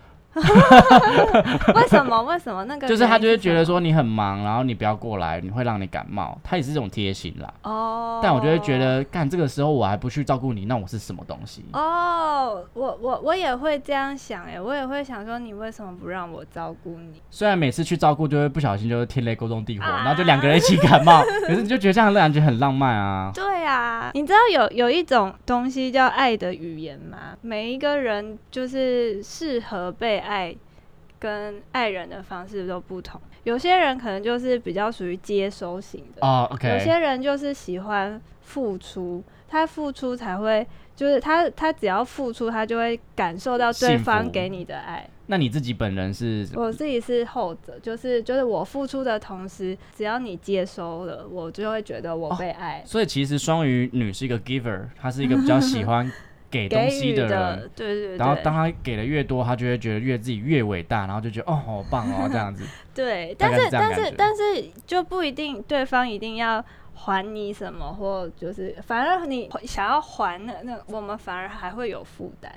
[SPEAKER 2] 为什么？为什么那 个
[SPEAKER 1] 就是他就
[SPEAKER 2] 原
[SPEAKER 1] 会
[SPEAKER 2] 因是
[SPEAKER 1] 觉得
[SPEAKER 2] 什么
[SPEAKER 1] 说你很忙，然后你不要过来，你会让你感冒，他也是这种贴心啦。
[SPEAKER 2] 哦，
[SPEAKER 1] 但我就会觉得，干这个时候我还不去照顾你，那我是什么东西？
[SPEAKER 2] 哦，我我我也会这样想哎，我也会想说你为什么不让我照顾你？
[SPEAKER 1] 虽然每次去照顾就会不小心就是天雷勾动地火，
[SPEAKER 2] 啊
[SPEAKER 1] 然后就两个人一起感 冒，可是你就觉得这样的感觉很浪漫啊。
[SPEAKER 2] 对啊，你知道有有一种东西叫爱的语言吗？每一个人就是适合被爱。跟爱人的方式都不同，有些人可能就是比较属于接收型的，
[SPEAKER 1] 哦
[SPEAKER 2] 有
[SPEAKER 1] ，OK，
[SPEAKER 2] 些人就是喜欢付出，他付出才会，就是他他只要付出，他就会感受到对
[SPEAKER 1] 幸福
[SPEAKER 2] 方给你的爱。
[SPEAKER 1] 那你自己本人是
[SPEAKER 2] 我自己是后者，就是就是我付出的同时，只要你接收了，我就会觉得
[SPEAKER 1] 哦
[SPEAKER 2] 我被爱、
[SPEAKER 1] 所以其实双鱼女是一个 giver，她是一个比较喜欢给东
[SPEAKER 2] 给
[SPEAKER 1] 西
[SPEAKER 2] 予
[SPEAKER 1] 的
[SPEAKER 2] 的
[SPEAKER 1] 人。，
[SPEAKER 2] 对对对。
[SPEAKER 1] 然后当她给的越多，她就会觉得越自己越伟大，然后就觉得哦好棒哦这样子。
[SPEAKER 2] 对，
[SPEAKER 1] 大
[SPEAKER 2] 但
[SPEAKER 1] 概是
[SPEAKER 2] 是
[SPEAKER 1] 这样
[SPEAKER 2] 但
[SPEAKER 1] 感
[SPEAKER 2] 是
[SPEAKER 1] 觉
[SPEAKER 2] 但是就不一定对方一定要还你什么，或就是反而你想要还那那我们反而还会有负担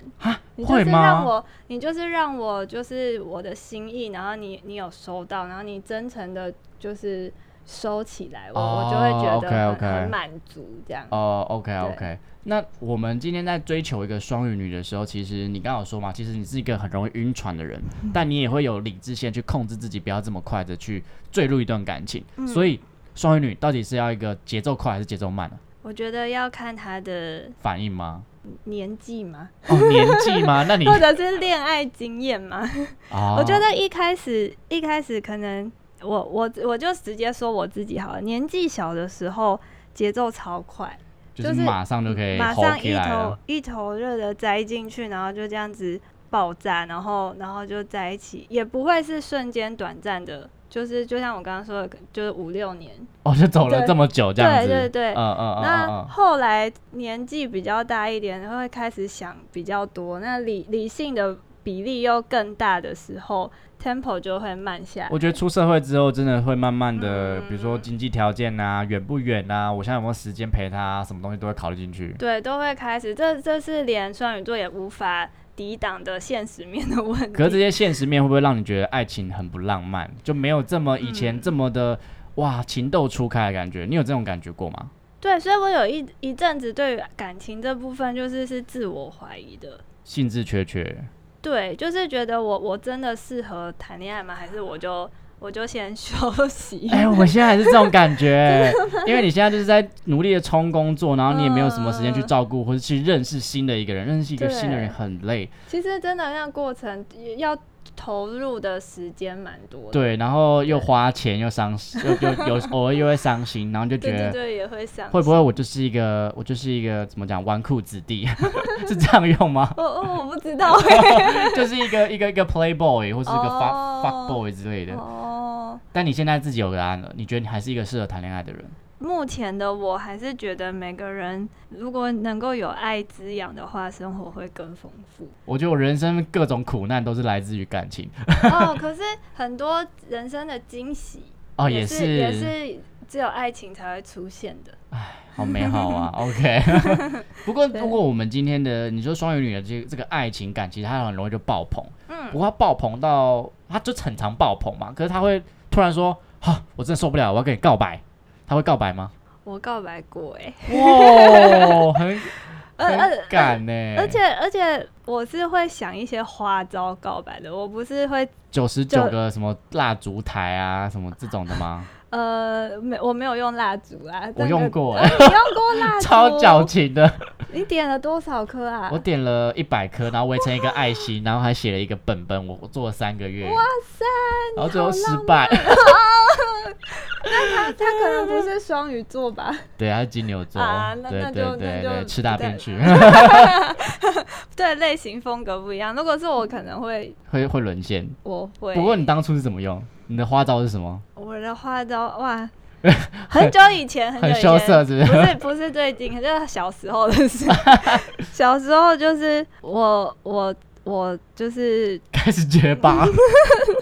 [SPEAKER 2] 你就
[SPEAKER 1] 会
[SPEAKER 2] 是让
[SPEAKER 1] 吗
[SPEAKER 2] 我，你就是让我，就是我的心意，然后你你有收到，然后你真诚的，就是收起来，我、我就会觉
[SPEAKER 1] 哦
[SPEAKER 2] 得很
[SPEAKER 1] ，OK，OK
[SPEAKER 2] 很满足这样。
[SPEAKER 1] 哦，OK，OK、o
[SPEAKER 2] 对
[SPEAKER 1] k OK，那我们今天在追求一个双鱼女的时候，其实你刚好说嘛，其实你是一个很容易晕船的人，
[SPEAKER 2] 嗯
[SPEAKER 1] 但你也会有理智线去控制自己，不要这么快的去坠入一段感情。
[SPEAKER 2] 嗯
[SPEAKER 1] 所以 双鱼女到底是要一个节奏快还是节奏慢的啊
[SPEAKER 2] 我觉得要看他的
[SPEAKER 1] 反应吗？
[SPEAKER 2] 年纪吗？
[SPEAKER 1] 哦，年纪吗？ 那你
[SPEAKER 2] 或者是恋爱经验吗？
[SPEAKER 1] 哦，
[SPEAKER 2] 我觉得一开始一开始可能我我我就直接说我自己好了，年纪小的时候节奏超快，
[SPEAKER 1] 就
[SPEAKER 2] 就是
[SPEAKER 1] 是马上就可以
[SPEAKER 2] 马
[SPEAKER 1] 吼
[SPEAKER 2] 上
[SPEAKER 1] 哎起
[SPEAKER 2] 一
[SPEAKER 1] 来啊
[SPEAKER 2] 头
[SPEAKER 1] 了。
[SPEAKER 2] 一头热的栽进去，然后就这样子爆炸，然后然后就在一起，也不会是瞬间短暂的，就是就像我刚刚说的，就是五六年。
[SPEAKER 1] 哦，就走了
[SPEAKER 2] 对
[SPEAKER 1] 这么久这样子。
[SPEAKER 2] 对对对
[SPEAKER 1] 嗯嗯嗯嗯
[SPEAKER 2] 那
[SPEAKER 1] 嗯。
[SPEAKER 2] 后来年纪比较大一点，会开始想比较多，那理理性的比例又更大的时候，tempo 就会慢下来。
[SPEAKER 1] 我觉得出社会之后，真的会慢慢的，
[SPEAKER 2] 嗯
[SPEAKER 1] 比如说经济条件啊，远不远啊，我现在有没有时间陪他啊，什么东西都会考虑进去。
[SPEAKER 2] 对，都会开始，这这是连双鱼座也无法抵挡的现实面的问
[SPEAKER 1] 可是这
[SPEAKER 2] 题。
[SPEAKER 1] 些现实面会不会让你觉得爱情很不浪漫，就没有这么以
[SPEAKER 2] 嗯
[SPEAKER 1] 前这么的、哇情窦初开的感觉？你有这种感觉过吗？
[SPEAKER 2] 对，所以我有一一阵子对于感情这部分就是是自我怀疑的。
[SPEAKER 1] 兴致缺缺，
[SPEAKER 2] 对，就是觉得我我真的适合谈恋爱吗？还是我就我就先 休息？
[SPEAKER 1] 哎、我现在还是这种感 觉，因为你现在就是在努力的冲工作，然后你也没有什么时间去照顾或者去认识新的一个人，认识一个新的人
[SPEAKER 2] 嗯对
[SPEAKER 1] 很累，
[SPEAKER 2] 其实真的那过程也要投入的时间蛮多的。
[SPEAKER 1] 对，然后又花钱又伤，又又有偶尔又会伤心，然后就觉
[SPEAKER 2] 对对
[SPEAKER 1] 得。
[SPEAKER 2] 对，也会想
[SPEAKER 1] 会不会我就是一个我就是一个怎么讲纨绔子弟， 是这样用 吗？
[SPEAKER 2] 我哦我我不 知道
[SPEAKER 1] 就是一个一个一个 playboy 或是一个 fuck、
[SPEAKER 2] 哦
[SPEAKER 1] fuck boy 之类的。
[SPEAKER 2] 哦。
[SPEAKER 1] 但你现在自己有个答案了，你觉得你还是一个适合谈恋爱的人？
[SPEAKER 2] 目前的我还是觉得每个人如果能够有爱滋养的话，生活会更丰 富。
[SPEAKER 1] 我觉得我人生各种苦难都是来自于感情
[SPEAKER 2] 哦，可是很多人生的惊喜
[SPEAKER 1] 哦，
[SPEAKER 2] 也
[SPEAKER 1] 是
[SPEAKER 2] 也是只有爱情才会出现的。
[SPEAKER 1] 好美好啊 ，OK。不过，
[SPEAKER 2] 对
[SPEAKER 1] 如果我们今天的你说双鱼女的这这个爱情感，其实它很容易就爆棚。
[SPEAKER 2] 嗯
[SPEAKER 1] 不过它爆棚到它就很常爆棚嘛，可是它会突然说：“哈、我真的受不了，我要跟你告白。”他会告白吗？
[SPEAKER 2] 我告白过哎、
[SPEAKER 1] 哇，很
[SPEAKER 2] 呃呃
[SPEAKER 1] 很敢呢、
[SPEAKER 2] 而且而且我是会想一些花招告白的，我不是会
[SPEAKER 1] 九十九
[SPEAKER 2] 就
[SPEAKER 1] 个什么蜡烛台啊，什么这种的吗？
[SPEAKER 2] 呃没我没有用蜡烛啊，
[SPEAKER 1] 我
[SPEAKER 2] 这个
[SPEAKER 1] 用过、
[SPEAKER 2] 啊你用过蜡 烛，
[SPEAKER 1] 超矫情的。
[SPEAKER 2] 你点了多少颗啊？
[SPEAKER 1] 我点了一百颗，然后围成一个爱心，然后还写了一个本本，我我做了三个月，哇
[SPEAKER 2] 塞，
[SPEAKER 1] 然后最后失败。
[SPEAKER 2] 啊他他可能不是双鱼座吧？
[SPEAKER 1] 对，他是金牛座，
[SPEAKER 2] 啊那
[SPEAKER 1] 对
[SPEAKER 2] 那
[SPEAKER 1] 对
[SPEAKER 2] 就
[SPEAKER 1] 对
[SPEAKER 2] 那就
[SPEAKER 1] 对，
[SPEAKER 2] 不
[SPEAKER 1] 吃大
[SPEAKER 2] 在
[SPEAKER 1] 便去，
[SPEAKER 2] 对，类型风格不一样。如果是我，可能会
[SPEAKER 1] 会会沦陷。
[SPEAKER 2] 我会。
[SPEAKER 1] 不过你当初是怎么用？你的花招是什么？
[SPEAKER 2] 我的花招哇，很久以前，很久以前，
[SPEAKER 1] 羞涩是不
[SPEAKER 2] 不
[SPEAKER 1] 是？
[SPEAKER 2] 是不是最近，就是小时候的 事。小时候就是我我我就是
[SPEAKER 1] 开始结巴，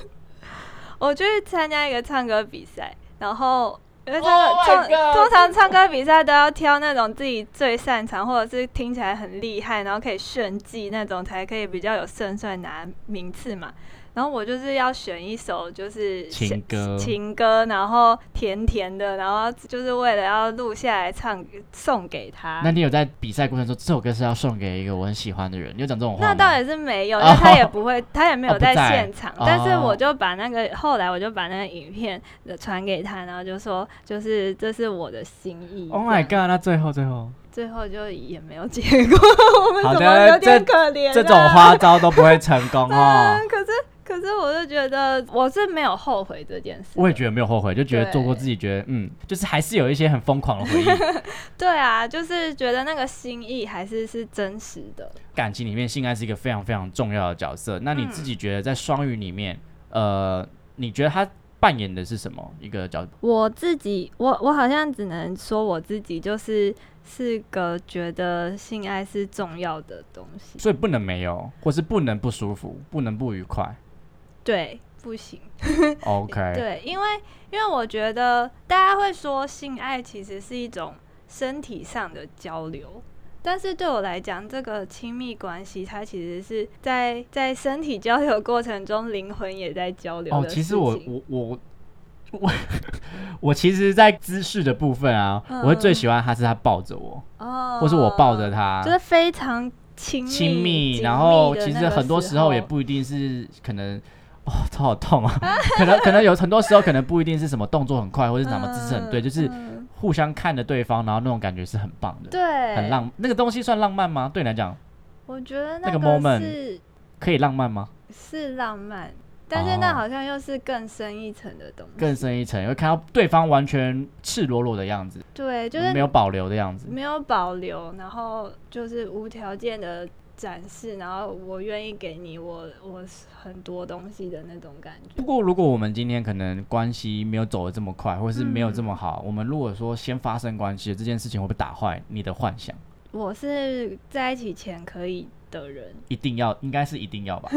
[SPEAKER 2] 我去参加一个唱歌比赛，然后。因为
[SPEAKER 1] Oh
[SPEAKER 2] 他们
[SPEAKER 1] my
[SPEAKER 2] 唱
[SPEAKER 1] God
[SPEAKER 2] 通常唱歌比赛都要挑那种自己最擅长，或者是听起来很厉害，然后可以炫技那种，才可以比较有胜算拿名次嘛。然后我就是要选一首就是
[SPEAKER 1] 情
[SPEAKER 2] 想
[SPEAKER 1] 歌
[SPEAKER 2] 情歌，然后甜甜的，然后就是为了要录下来唱送给他。
[SPEAKER 1] 那你有在比赛过程中，这首歌是要送给一个我很喜欢的人，你有讲这种话
[SPEAKER 2] 那
[SPEAKER 1] 吗？
[SPEAKER 2] 倒也是没有，
[SPEAKER 1] 哦
[SPEAKER 2] 因为他也不会，他也没
[SPEAKER 1] 哦
[SPEAKER 2] 有
[SPEAKER 1] 不
[SPEAKER 2] 在
[SPEAKER 1] 在
[SPEAKER 2] 现场。
[SPEAKER 1] 哦
[SPEAKER 2] 但是我就把那个后来我就把那个影片呃传给他，然后就说就是这是我的心意。
[SPEAKER 1] Oh my
[SPEAKER 2] 这样
[SPEAKER 1] god！那最后最后，
[SPEAKER 2] 最后就也没有结果， 我们
[SPEAKER 1] 好的
[SPEAKER 2] 怎么有
[SPEAKER 1] 这
[SPEAKER 2] 点可怜啊
[SPEAKER 1] 这种花招都不会成 功哦。
[SPEAKER 2] 嗯，可是可是我就觉得我是没有后悔这件事的。
[SPEAKER 1] 我也觉得没有后悔，就觉得
[SPEAKER 2] 对
[SPEAKER 1] 做过自己觉得嗯，就是还是有一些很疯狂的 回忆。
[SPEAKER 2] 对啊，就是觉得那个心意还是是真实的。
[SPEAKER 1] 感情里面，性爱是一个非常非常重要的角色。那你自己觉得在双语里面，呃，你觉得他扮演的是什么一个角？
[SPEAKER 2] 我自己，我我好像只能说我自己就是是个觉得性爱是重要的东西，
[SPEAKER 1] 所以不能没有，或是不能不舒服，不能不愉 快。
[SPEAKER 2] 对，不行，
[SPEAKER 1] OK，
[SPEAKER 2] 对，因为因为我觉得大家会说性爱其实是一种身体上的交流。但是对我来讲，这个亲密关系它其实是在在身体交流过程中，灵魂也在交流
[SPEAKER 1] 哦
[SPEAKER 2] 的，
[SPEAKER 1] 其实
[SPEAKER 2] 事
[SPEAKER 1] 我
[SPEAKER 2] 情
[SPEAKER 1] 我我我 我其实，在姿势的部分啊，
[SPEAKER 2] 嗯
[SPEAKER 1] 我会最喜欢他是他抱着我，
[SPEAKER 2] 哦，
[SPEAKER 1] 或是我抱着他，
[SPEAKER 2] 就是非常亲密
[SPEAKER 1] 亲密，
[SPEAKER 2] 紧
[SPEAKER 1] 然后
[SPEAKER 2] 密的
[SPEAKER 1] 其
[SPEAKER 2] 那
[SPEAKER 1] 实
[SPEAKER 2] 个
[SPEAKER 1] 很多时候也不一定是可能。哦，头 好痛啊！可能可能有很多时候可能不一定是什么动作很快，或者是什么姿势很对，
[SPEAKER 2] 嗯
[SPEAKER 1] 就是
[SPEAKER 2] 嗯
[SPEAKER 1] 互相看着对方，然后那种感觉是很棒的，
[SPEAKER 2] 对，
[SPEAKER 1] 很。浪。那个东西算浪漫吗？对你来讲，
[SPEAKER 2] 我觉得
[SPEAKER 1] 那
[SPEAKER 2] 那
[SPEAKER 1] 个
[SPEAKER 2] 个
[SPEAKER 1] moment
[SPEAKER 2] 是
[SPEAKER 1] 可以浪漫 吗？
[SPEAKER 2] 是浪漫，但是那
[SPEAKER 1] 哦
[SPEAKER 2] 好像又是更深一层的东西。
[SPEAKER 1] 更深一层，会看到对方完全赤裸裸的样子，
[SPEAKER 2] 对，就
[SPEAKER 1] 嗯
[SPEAKER 2] 是
[SPEAKER 1] 没有保留的样子。
[SPEAKER 2] 没有保留，然后就是无条件的展示，然后我愿意给你我我很多东西的那种感觉
[SPEAKER 1] 不。过，如果我们今天可能关系没有走的这么快，或是没有这么好，我们如果说先发生关系，这件事情会不会打坏你的幻想？
[SPEAKER 2] 我是在一起前可以的人，
[SPEAKER 1] 一定要，应该是一定要 吧？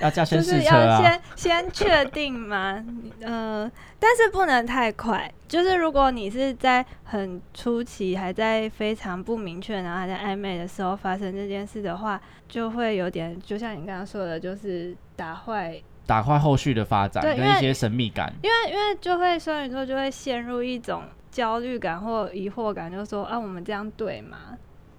[SPEAKER 1] 要叫
[SPEAKER 2] 就
[SPEAKER 1] 先
[SPEAKER 2] 是
[SPEAKER 1] 试车啊。
[SPEAKER 2] 要先先确定吗？ 嗯、但是不能太快。就是如果你是在很初期，还在非常不明确，然后还在暧昧的时候发生这件事的话，就会有点，就像你刚刚说的，就是打坏
[SPEAKER 1] 打坏后续的发展
[SPEAKER 2] 对
[SPEAKER 1] 跟
[SPEAKER 2] 因
[SPEAKER 1] 一
[SPEAKER 2] 为
[SPEAKER 1] 些神秘感。
[SPEAKER 2] 因为因为就会双鱼座就会陷入一种焦虑感或疑惑感，就说啊，我们这样对吗？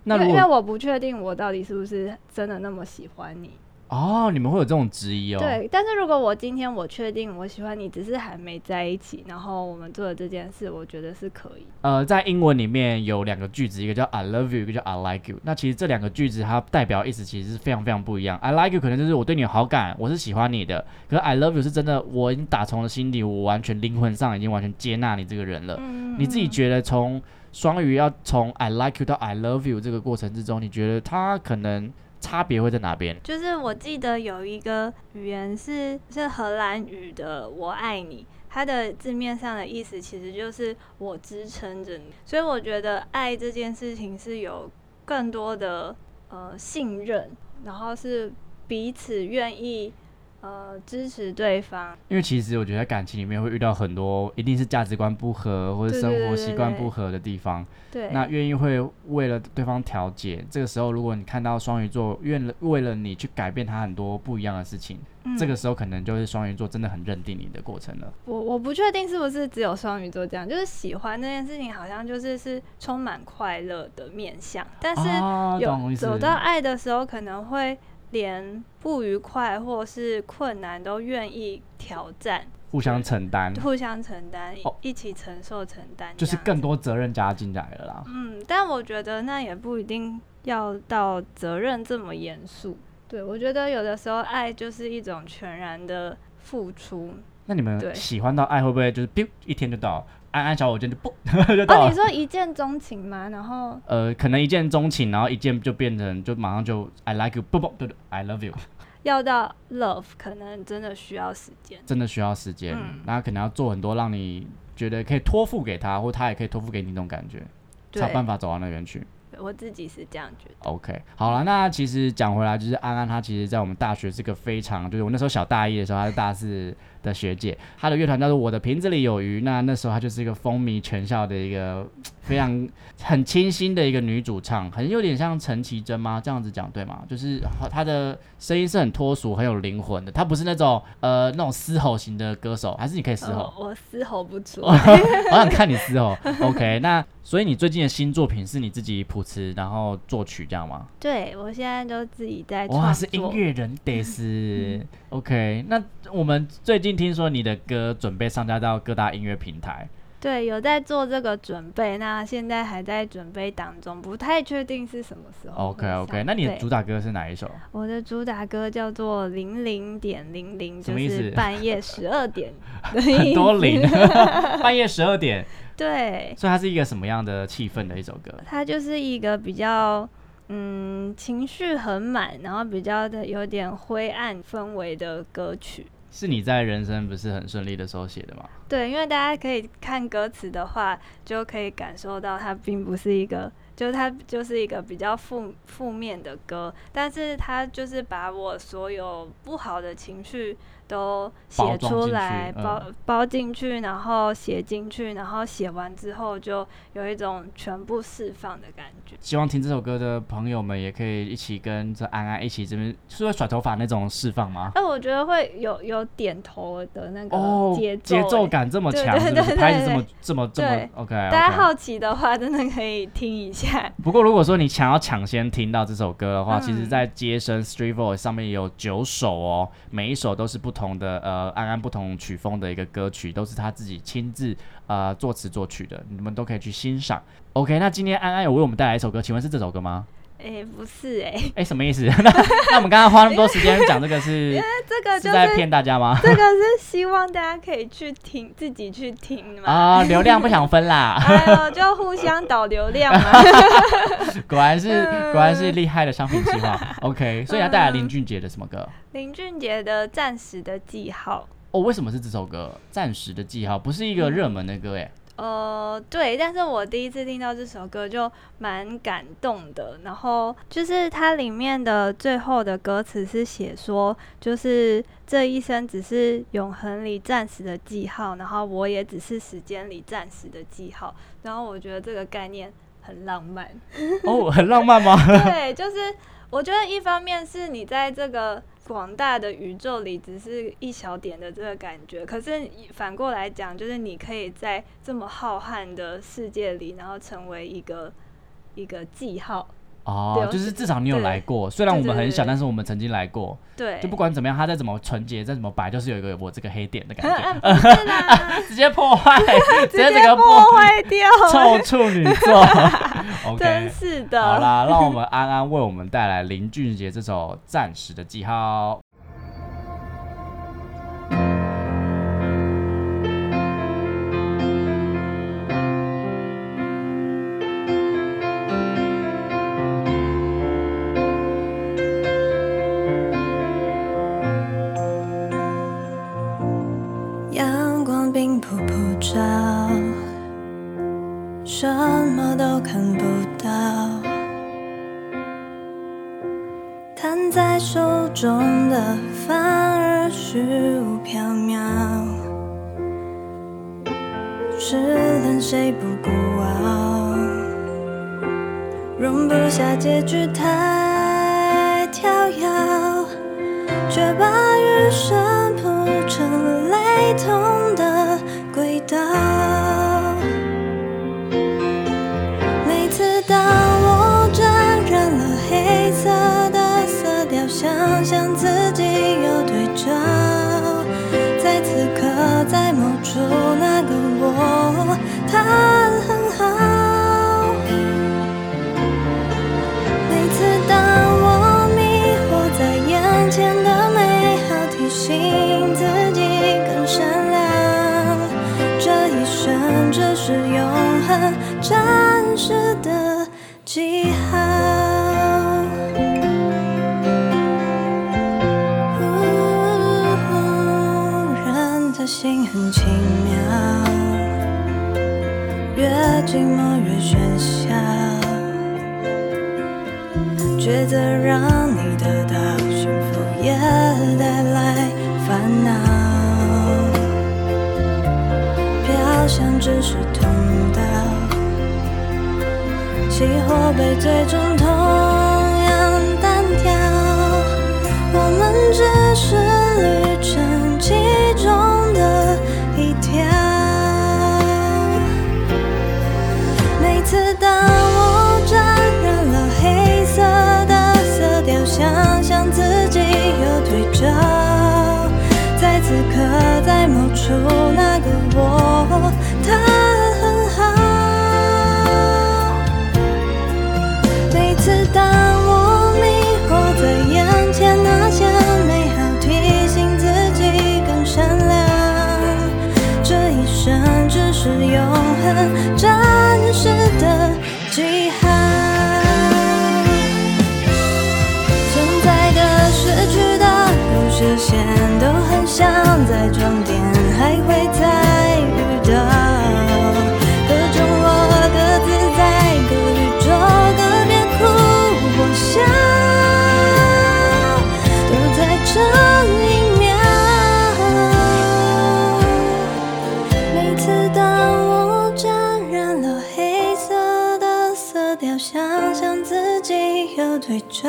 [SPEAKER 1] 那
[SPEAKER 2] 因
[SPEAKER 1] 如
[SPEAKER 2] 为因为
[SPEAKER 1] 果
[SPEAKER 2] 我不确定我到底是不是真的那么喜欢你。
[SPEAKER 1] 哦，你们会有这种质疑哦。，
[SPEAKER 2] 对，但是如果我今天我确定我喜欢你，只是还没在一起，然后我们做的这件事，我觉得是可以。
[SPEAKER 1] 呃，在英文里面有两个句子，一个叫 I love you，一个叫I like you。那其实这两个句子它代表意思其实是非常非常不一样。I like you 可能就是我对你有好感，我是喜欢你的。可是 I love you 是真的，我已经打从了心底，我完全灵魂上已经完全接纳你这个人了。
[SPEAKER 2] 嗯
[SPEAKER 1] 你自己觉得从双鱼要从 I like you 到 I love you 这个过程之中，你觉得它可能差别会在哪边？
[SPEAKER 2] 就是我记得有一个语言是是荷兰语的“我爱你”，它的字面上的意思其实就是我支撑着你，所以我觉得爱这件事情是有更多的呃信任，然后是彼此愿意呃支持对方，
[SPEAKER 1] 因为其实我觉得在感情里面会遇到很多，一定是价值观不合或者
[SPEAKER 2] 对
[SPEAKER 1] 生
[SPEAKER 2] 对
[SPEAKER 1] 活
[SPEAKER 2] 对
[SPEAKER 1] 习
[SPEAKER 2] 对
[SPEAKER 1] 惯
[SPEAKER 2] 对
[SPEAKER 1] 不合的地方。
[SPEAKER 2] 对，
[SPEAKER 1] 那愿意会为了对方调解，这个时候如果你看到双鱼座愿了为了你去改变他很多不一样的事情，
[SPEAKER 2] 嗯
[SPEAKER 1] 这个时候可能就是双鱼座真的很认定你的过程了。
[SPEAKER 2] 我我不确定是不是只有双鱼座这样，就是喜欢这件事情好像就是是充满快乐的面相，但是
[SPEAKER 1] 啊懂我
[SPEAKER 2] 有
[SPEAKER 1] 意思
[SPEAKER 2] 走到爱的时候，可能会连不愉快或是困难都愿意挑战，
[SPEAKER 1] 互相承担，
[SPEAKER 2] 互相承担，一
[SPEAKER 1] 嗯哦
[SPEAKER 2] 一起承受承担，
[SPEAKER 1] 就是
[SPEAKER 2] 这样
[SPEAKER 1] 更多责任加进来了啦。
[SPEAKER 2] 嗯。但我觉得那也不一定要到责任这么严肃。对我觉得有的时候爱就是一种全然的付出。
[SPEAKER 1] 那你们
[SPEAKER 2] 对
[SPEAKER 1] 喜欢到爱会不会就是 biu 一天就到了，安安小火箭就不就 到
[SPEAKER 2] 哦，
[SPEAKER 1] 了
[SPEAKER 2] 你？说一见钟情吗？然后
[SPEAKER 1] 呃，可能一见钟情，然后一见就变成就马上就 I like you，不不对对，I love you，
[SPEAKER 2] 要到 love，可能真的需要时间。
[SPEAKER 1] 真的需要时间
[SPEAKER 2] 嗯，
[SPEAKER 1] 那、可能要做很多让你觉得可以托付给他，或他也可以托付给你那种感觉，才有
[SPEAKER 2] 对，
[SPEAKER 1] 办法走到那边去。
[SPEAKER 2] 我自己是这样觉得。
[SPEAKER 1] OK，好了，那其实讲回来，就是安安她其实，在我们大学是个非常，就是我那时候小大一的时候，她是大四的学姐，她的乐团叫做《我的瓶子里有鱼》。那那时候她就是一个风靡全校的一个非常很清新的一个女主唱，很有点像陈绮贞吗？这样子讲对吗？就是她的声音是很脱俗、很有灵魂的，她不是那种呃那种嘶吼型的歌手，还 是你可以嘶吼？
[SPEAKER 2] 呃我嘶吼不出。
[SPEAKER 1] 好想看你嘶吼。OK，那所以你最近的新作品是你自己谱词，然后作曲这样吗？
[SPEAKER 2] 对，我现在都自己在
[SPEAKER 1] 哇，
[SPEAKER 2] 创
[SPEAKER 1] 是音
[SPEAKER 2] 作。嗯
[SPEAKER 1] 乐人得是 OK。那我们最近听说你的歌准备上架到各大音乐平台，
[SPEAKER 2] 对，有在做这个准备，那现在还在准备当中，不太确定是什么时候会
[SPEAKER 1] OK
[SPEAKER 2] 上。
[SPEAKER 1] OK。那你的
[SPEAKER 2] 对
[SPEAKER 1] 主打歌是哪一首？
[SPEAKER 2] 我的主打歌叫做《零零点零零》，
[SPEAKER 1] 什
[SPEAKER 2] 就
[SPEAKER 1] 么意
[SPEAKER 2] 是
[SPEAKER 1] 思
[SPEAKER 2] 半夜十二点的
[SPEAKER 1] 很
[SPEAKER 2] 意
[SPEAKER 1] 多
[SPEAKER 2] 思
[SPEAKER 1] 零，半夜十二点，
[SPEAKER 2] 对，
[SPEAKER 1] 所以它是一个什么样的气氛的一首 歌？
[SPEAKER 2] 它就是一个比较嗯情绪很满，然后比较的有点灰暗氛围的歌曲。
[SPEAKER 1] 是你在人生不是很顺利的时候写的吗？
[SPEAKER 2] 对，因为大家可以看歌词的话，就可以感受到它并不是一个，就是它就是一个比较负负面的歌，但是它就是把我所有不好的情绪都
[SPEAKER 1] 包
[SPEAKER 2] 写
[SPEAKER 1] 装
[SPEAKER 2] 出
[SPEAKER 1] 进去
[SPEAKER 2] 来，
[SPEAKER 1] 嗯
[SPEAKER 2] 包包进去，然后写进去，然后写完之后就有一种全部释放的感觉。
[SPEAKER 1] 希望听这首歌的朋友们也可以一起跟着安安一起这边，是会甩头发那种释放吗？
[SPEAKER 2] 哎但我觉得会有有点头的那
[SPEAKER 1] 哦
[SPEAKER 2] 个，节奏、欸
[SPEAKER 1] 节奏。感这么
[SPEAKER 2] 对
[SPEAKER 1] 强，
[SPEAKER 2] 对
[SPEAKER 1] 是不是
[SPEAKER 2] 对
[SPEAKER 1] 拍子
[SPEAKER 2] 对
[SPEAKER 1] 这么
[SPEAKER 2] 对
[SPEAKER 1] 这么这么
[SPEAKER 2] 对
[SPEAKER 1] OK？
[SPEAKER 2] 大家好奇的话，真的可以听一下。
[SPEAKER 1] 不过，如果说你想要抢先听到这首歌的话，
[SPEAKER 2] 嗯
[SPEAKER 1] 其实在街声 Street Voice 上面有九首哦，每一首都是不同的呃安安不同曲风的一个歌曲，都是他自己亲自呃作词作曲的，你们都可以去欣赏。OK，那今天安安有为我们带来一首歌，请问是这首歌吗？
[SPEAKER 3] 哎、不是
[SPEAKER 2] 欸
[SPEAKER 3] 哎、
[SPEAKER 1] 哎、什么意思？ 那那我们刚刚花那么多时间讲这个是
[SPEAKER 3] 这个
[SPEAKER 1] 是
[SPEAKER 3] 就
[SPEAKER 1] 在
[SPEAKER 3] 是
[SPEAKER 1] 骗大家吗？
[SPEAKER 3] 这个是希望大家可以去听，自己去听嘛。
[SPEAKER 1] 啊，流量不想分 啦，
[SPEAKER 3] 哎呦，就互相导流量嘛。
[SPEAKER 1] 果然是果然是厉害的商品计划。OK，所以要带来林俊杰的什么歌？
[SPEAKER 3] 林俊杰的《暂时的记号》，
[SPEAKER 1] 哦，为什么是这首歌？暂时的记号不是一个热门的歌
[SPEAKER 3] 嗯
[SPEAKER 1] 哎。
[SPEAKER 3] 呃，对，但是我第一次听到这首歌就蛮感动的。然后就是它里面的最后的歌词是写说，就是这一生只是永恒里暂时的记号，然后我也只是时间里暂时的记号。然后我觉得这个概念很浪漫。
[SPEAKER 1] 哦，很浪 漫吗？
[SPEAKER 3] 对，就是我觉得一方面是你在这个广大的宇宙里只是一小点的这个感觉，可是反过来讲，就是你可以在这么浩瀚的世界里，然后成为一个一个记号。
[SPEAKER 1] 哦
[SPEAKER 3] 对，
[SPEAKER 1] 就是至少你有
[SPEAKER 3] 对
[SPEAKER 1] 来过，虽然我们很小，
[SPEAKER 3] 对对对
[SPEAKER 1] 但是我们曾经来过。
[SPEAKER 3] 对，
[SPEAKER 1] 就不管怎么样，他再怎么纯洁，再怎么白，就是有一个我这个黑点的 感
[SPEAKER 3] 啊不是啦，
[SPEAKER 1] 觉，直接 破坏，直
[SPEAKER 3] 直
[SPEAKER 1] 接
[SPEAKER 3] 接
[SPEAKER 1] 整个
[SPEAKER 3] 破坏掉，
[SPEAKER 1] 臭处女 座。
[SPEAKER 3] 真
[SPEAKER 1] OK，
[SPEAKER 3] 是哦
[SPEAKER 1] 好
[SPEAKER 3] 的。
[SPEAKER 1] 啦，让我们安安为我们带来林俊杰这首《暂时的记号》。
[SPEAKER 2] 阳光并不普照，什么都看不到。摊在手中的反而虚无缥缈，试问谁不孤傲？容不下结局太跳跃。却把余生铺成雷同的轨道。每次当我沾染了黑色的色调，想象自己有对照，在此刻，在某处那个我，他很好。每次当我迷惑在眼前的美好，提醒自己更善良。这一生只是永恒暂时的记号。呜人的心很奇妙，越寂寞越喧嚣。抉择让你得到幸福，也带来烦恼。飘香只是通道，起火被最终同样单调。我们只是旅程其中的一条。每次当我沾染了黑色的色调，想象自己有对照，在此刻，在某处那个我，他很好。每次当我迷惑在眼前那些美好，提醒自己更善良。这一生只是永恒暂时的记号。存在的、失去的，有些线都很像，在终点还会再遇到。各种我各自在各宇宙，各别哭，我笑，都在这一秒。每次当我沾染了黑色的色调，想象自己有对照，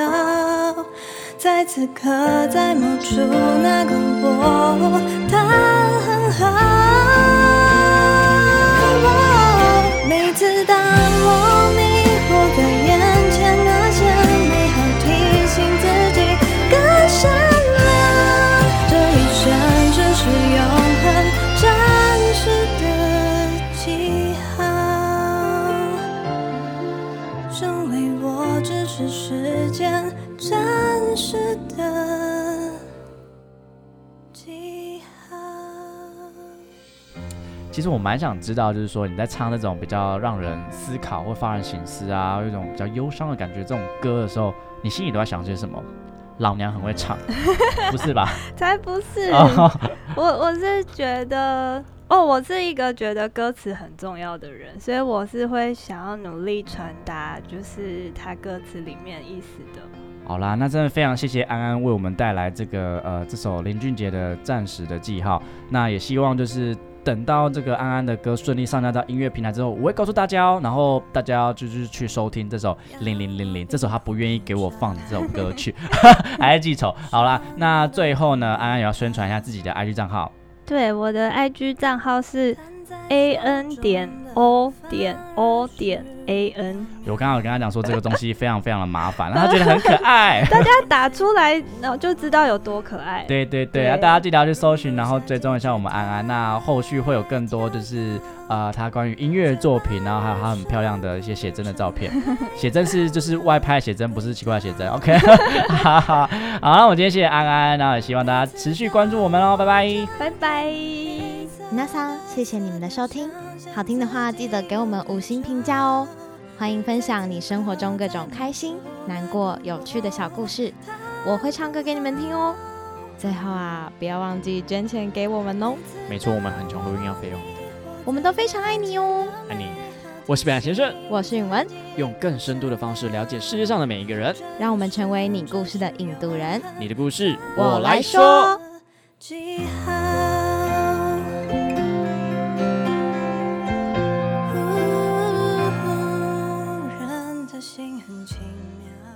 [SPEAKER 2] 在此刻，在某处那个我，他很好。每次当我迷惑在眼前那些美好，提醒自己更善良。这一生。
[SPEAKER 4] 好。
[SPEAKER 1] 其实我蛮想知道，就是说你在唱那种比较让人思考或发人省思啊，有一种比较忧伤的感觉这种歌的时候，你心里都在想些什么？老娘很会唱，不是吧？
[SPEAKER 2] 才 不是，
[SPEAKER 1] 哦，
[SPEAKER 2] 我我是觉得，哦，我是一个觉得歌词很重要的人，所以我是会想要努力传达，就是他歌词里面意思的。
[SPEAKER 1] 好啦，那真的非常谢谢安安为我们带来这个呃这首林俊杰的《暂时的记号》，那也希望就是。等到这个安安的歌顺利上架到音乐平台之后，我会告诉大家哦，然后大家要就是去收听这首《零零零零》，这首他不愿意给我放的这首歌曲， 还是记仇。好啦，那最后呢，安安也要宣传一下自己的 IG 账号。
[SPEAKER 2] 对，我的 IG 账号是 a n 点 o 点 o 点 a n，
[SPEAKER 1] 我刚刚有跟他讲说这个东西非常非常的麻烦，然后他觉得很可爱。
[SPEAKER 2] 大家打出来，然后就知道有多可爱。
[SPEAKER 1] 对对对
[SPEAKER 2] 对
[SPEAKER 1] 啊！大家记得要去搜寻，然后追踪一下我们安安。那后续会有更多就是呃，她关于音乐作品，然后还有她很漂亮的一些写真的照片。写真是就是外拍的写真，不是奇怪的写真。OK，好 好，那我今天谢谢安安，然后也希望大家持续关注我们哦，拜拜。
[SPEAKER 2] 拜拜。
[SPEAKER 5] 那桑，谢谢你们的收听，好听的话记得给我们五星评价哦。欢迎分享你生活中各种开心、难过、有趣的小故事，我会唱歌给你们听哦。最后啊，不要忘记捐钱给我们哦，
[SPEAKER 6] 没错，我们很穷，录音要啊费用。
[SPEAKER 5] 我们都非常爱你哦。
[SPEAKER 6] 安妮，我是北岸先生，
[SPEAKER 5] 我是允文，
[SPEAKER 6] 用更深度的方式了解世界上的每一个人。
[SPEAKER 5] 让我们成为你故事的引渡人。
[SPEAKER 6] 你的故事，
[SPEAKER 5] 我来说
[SPEAKER 4] 记号。忽然的心很奇妙。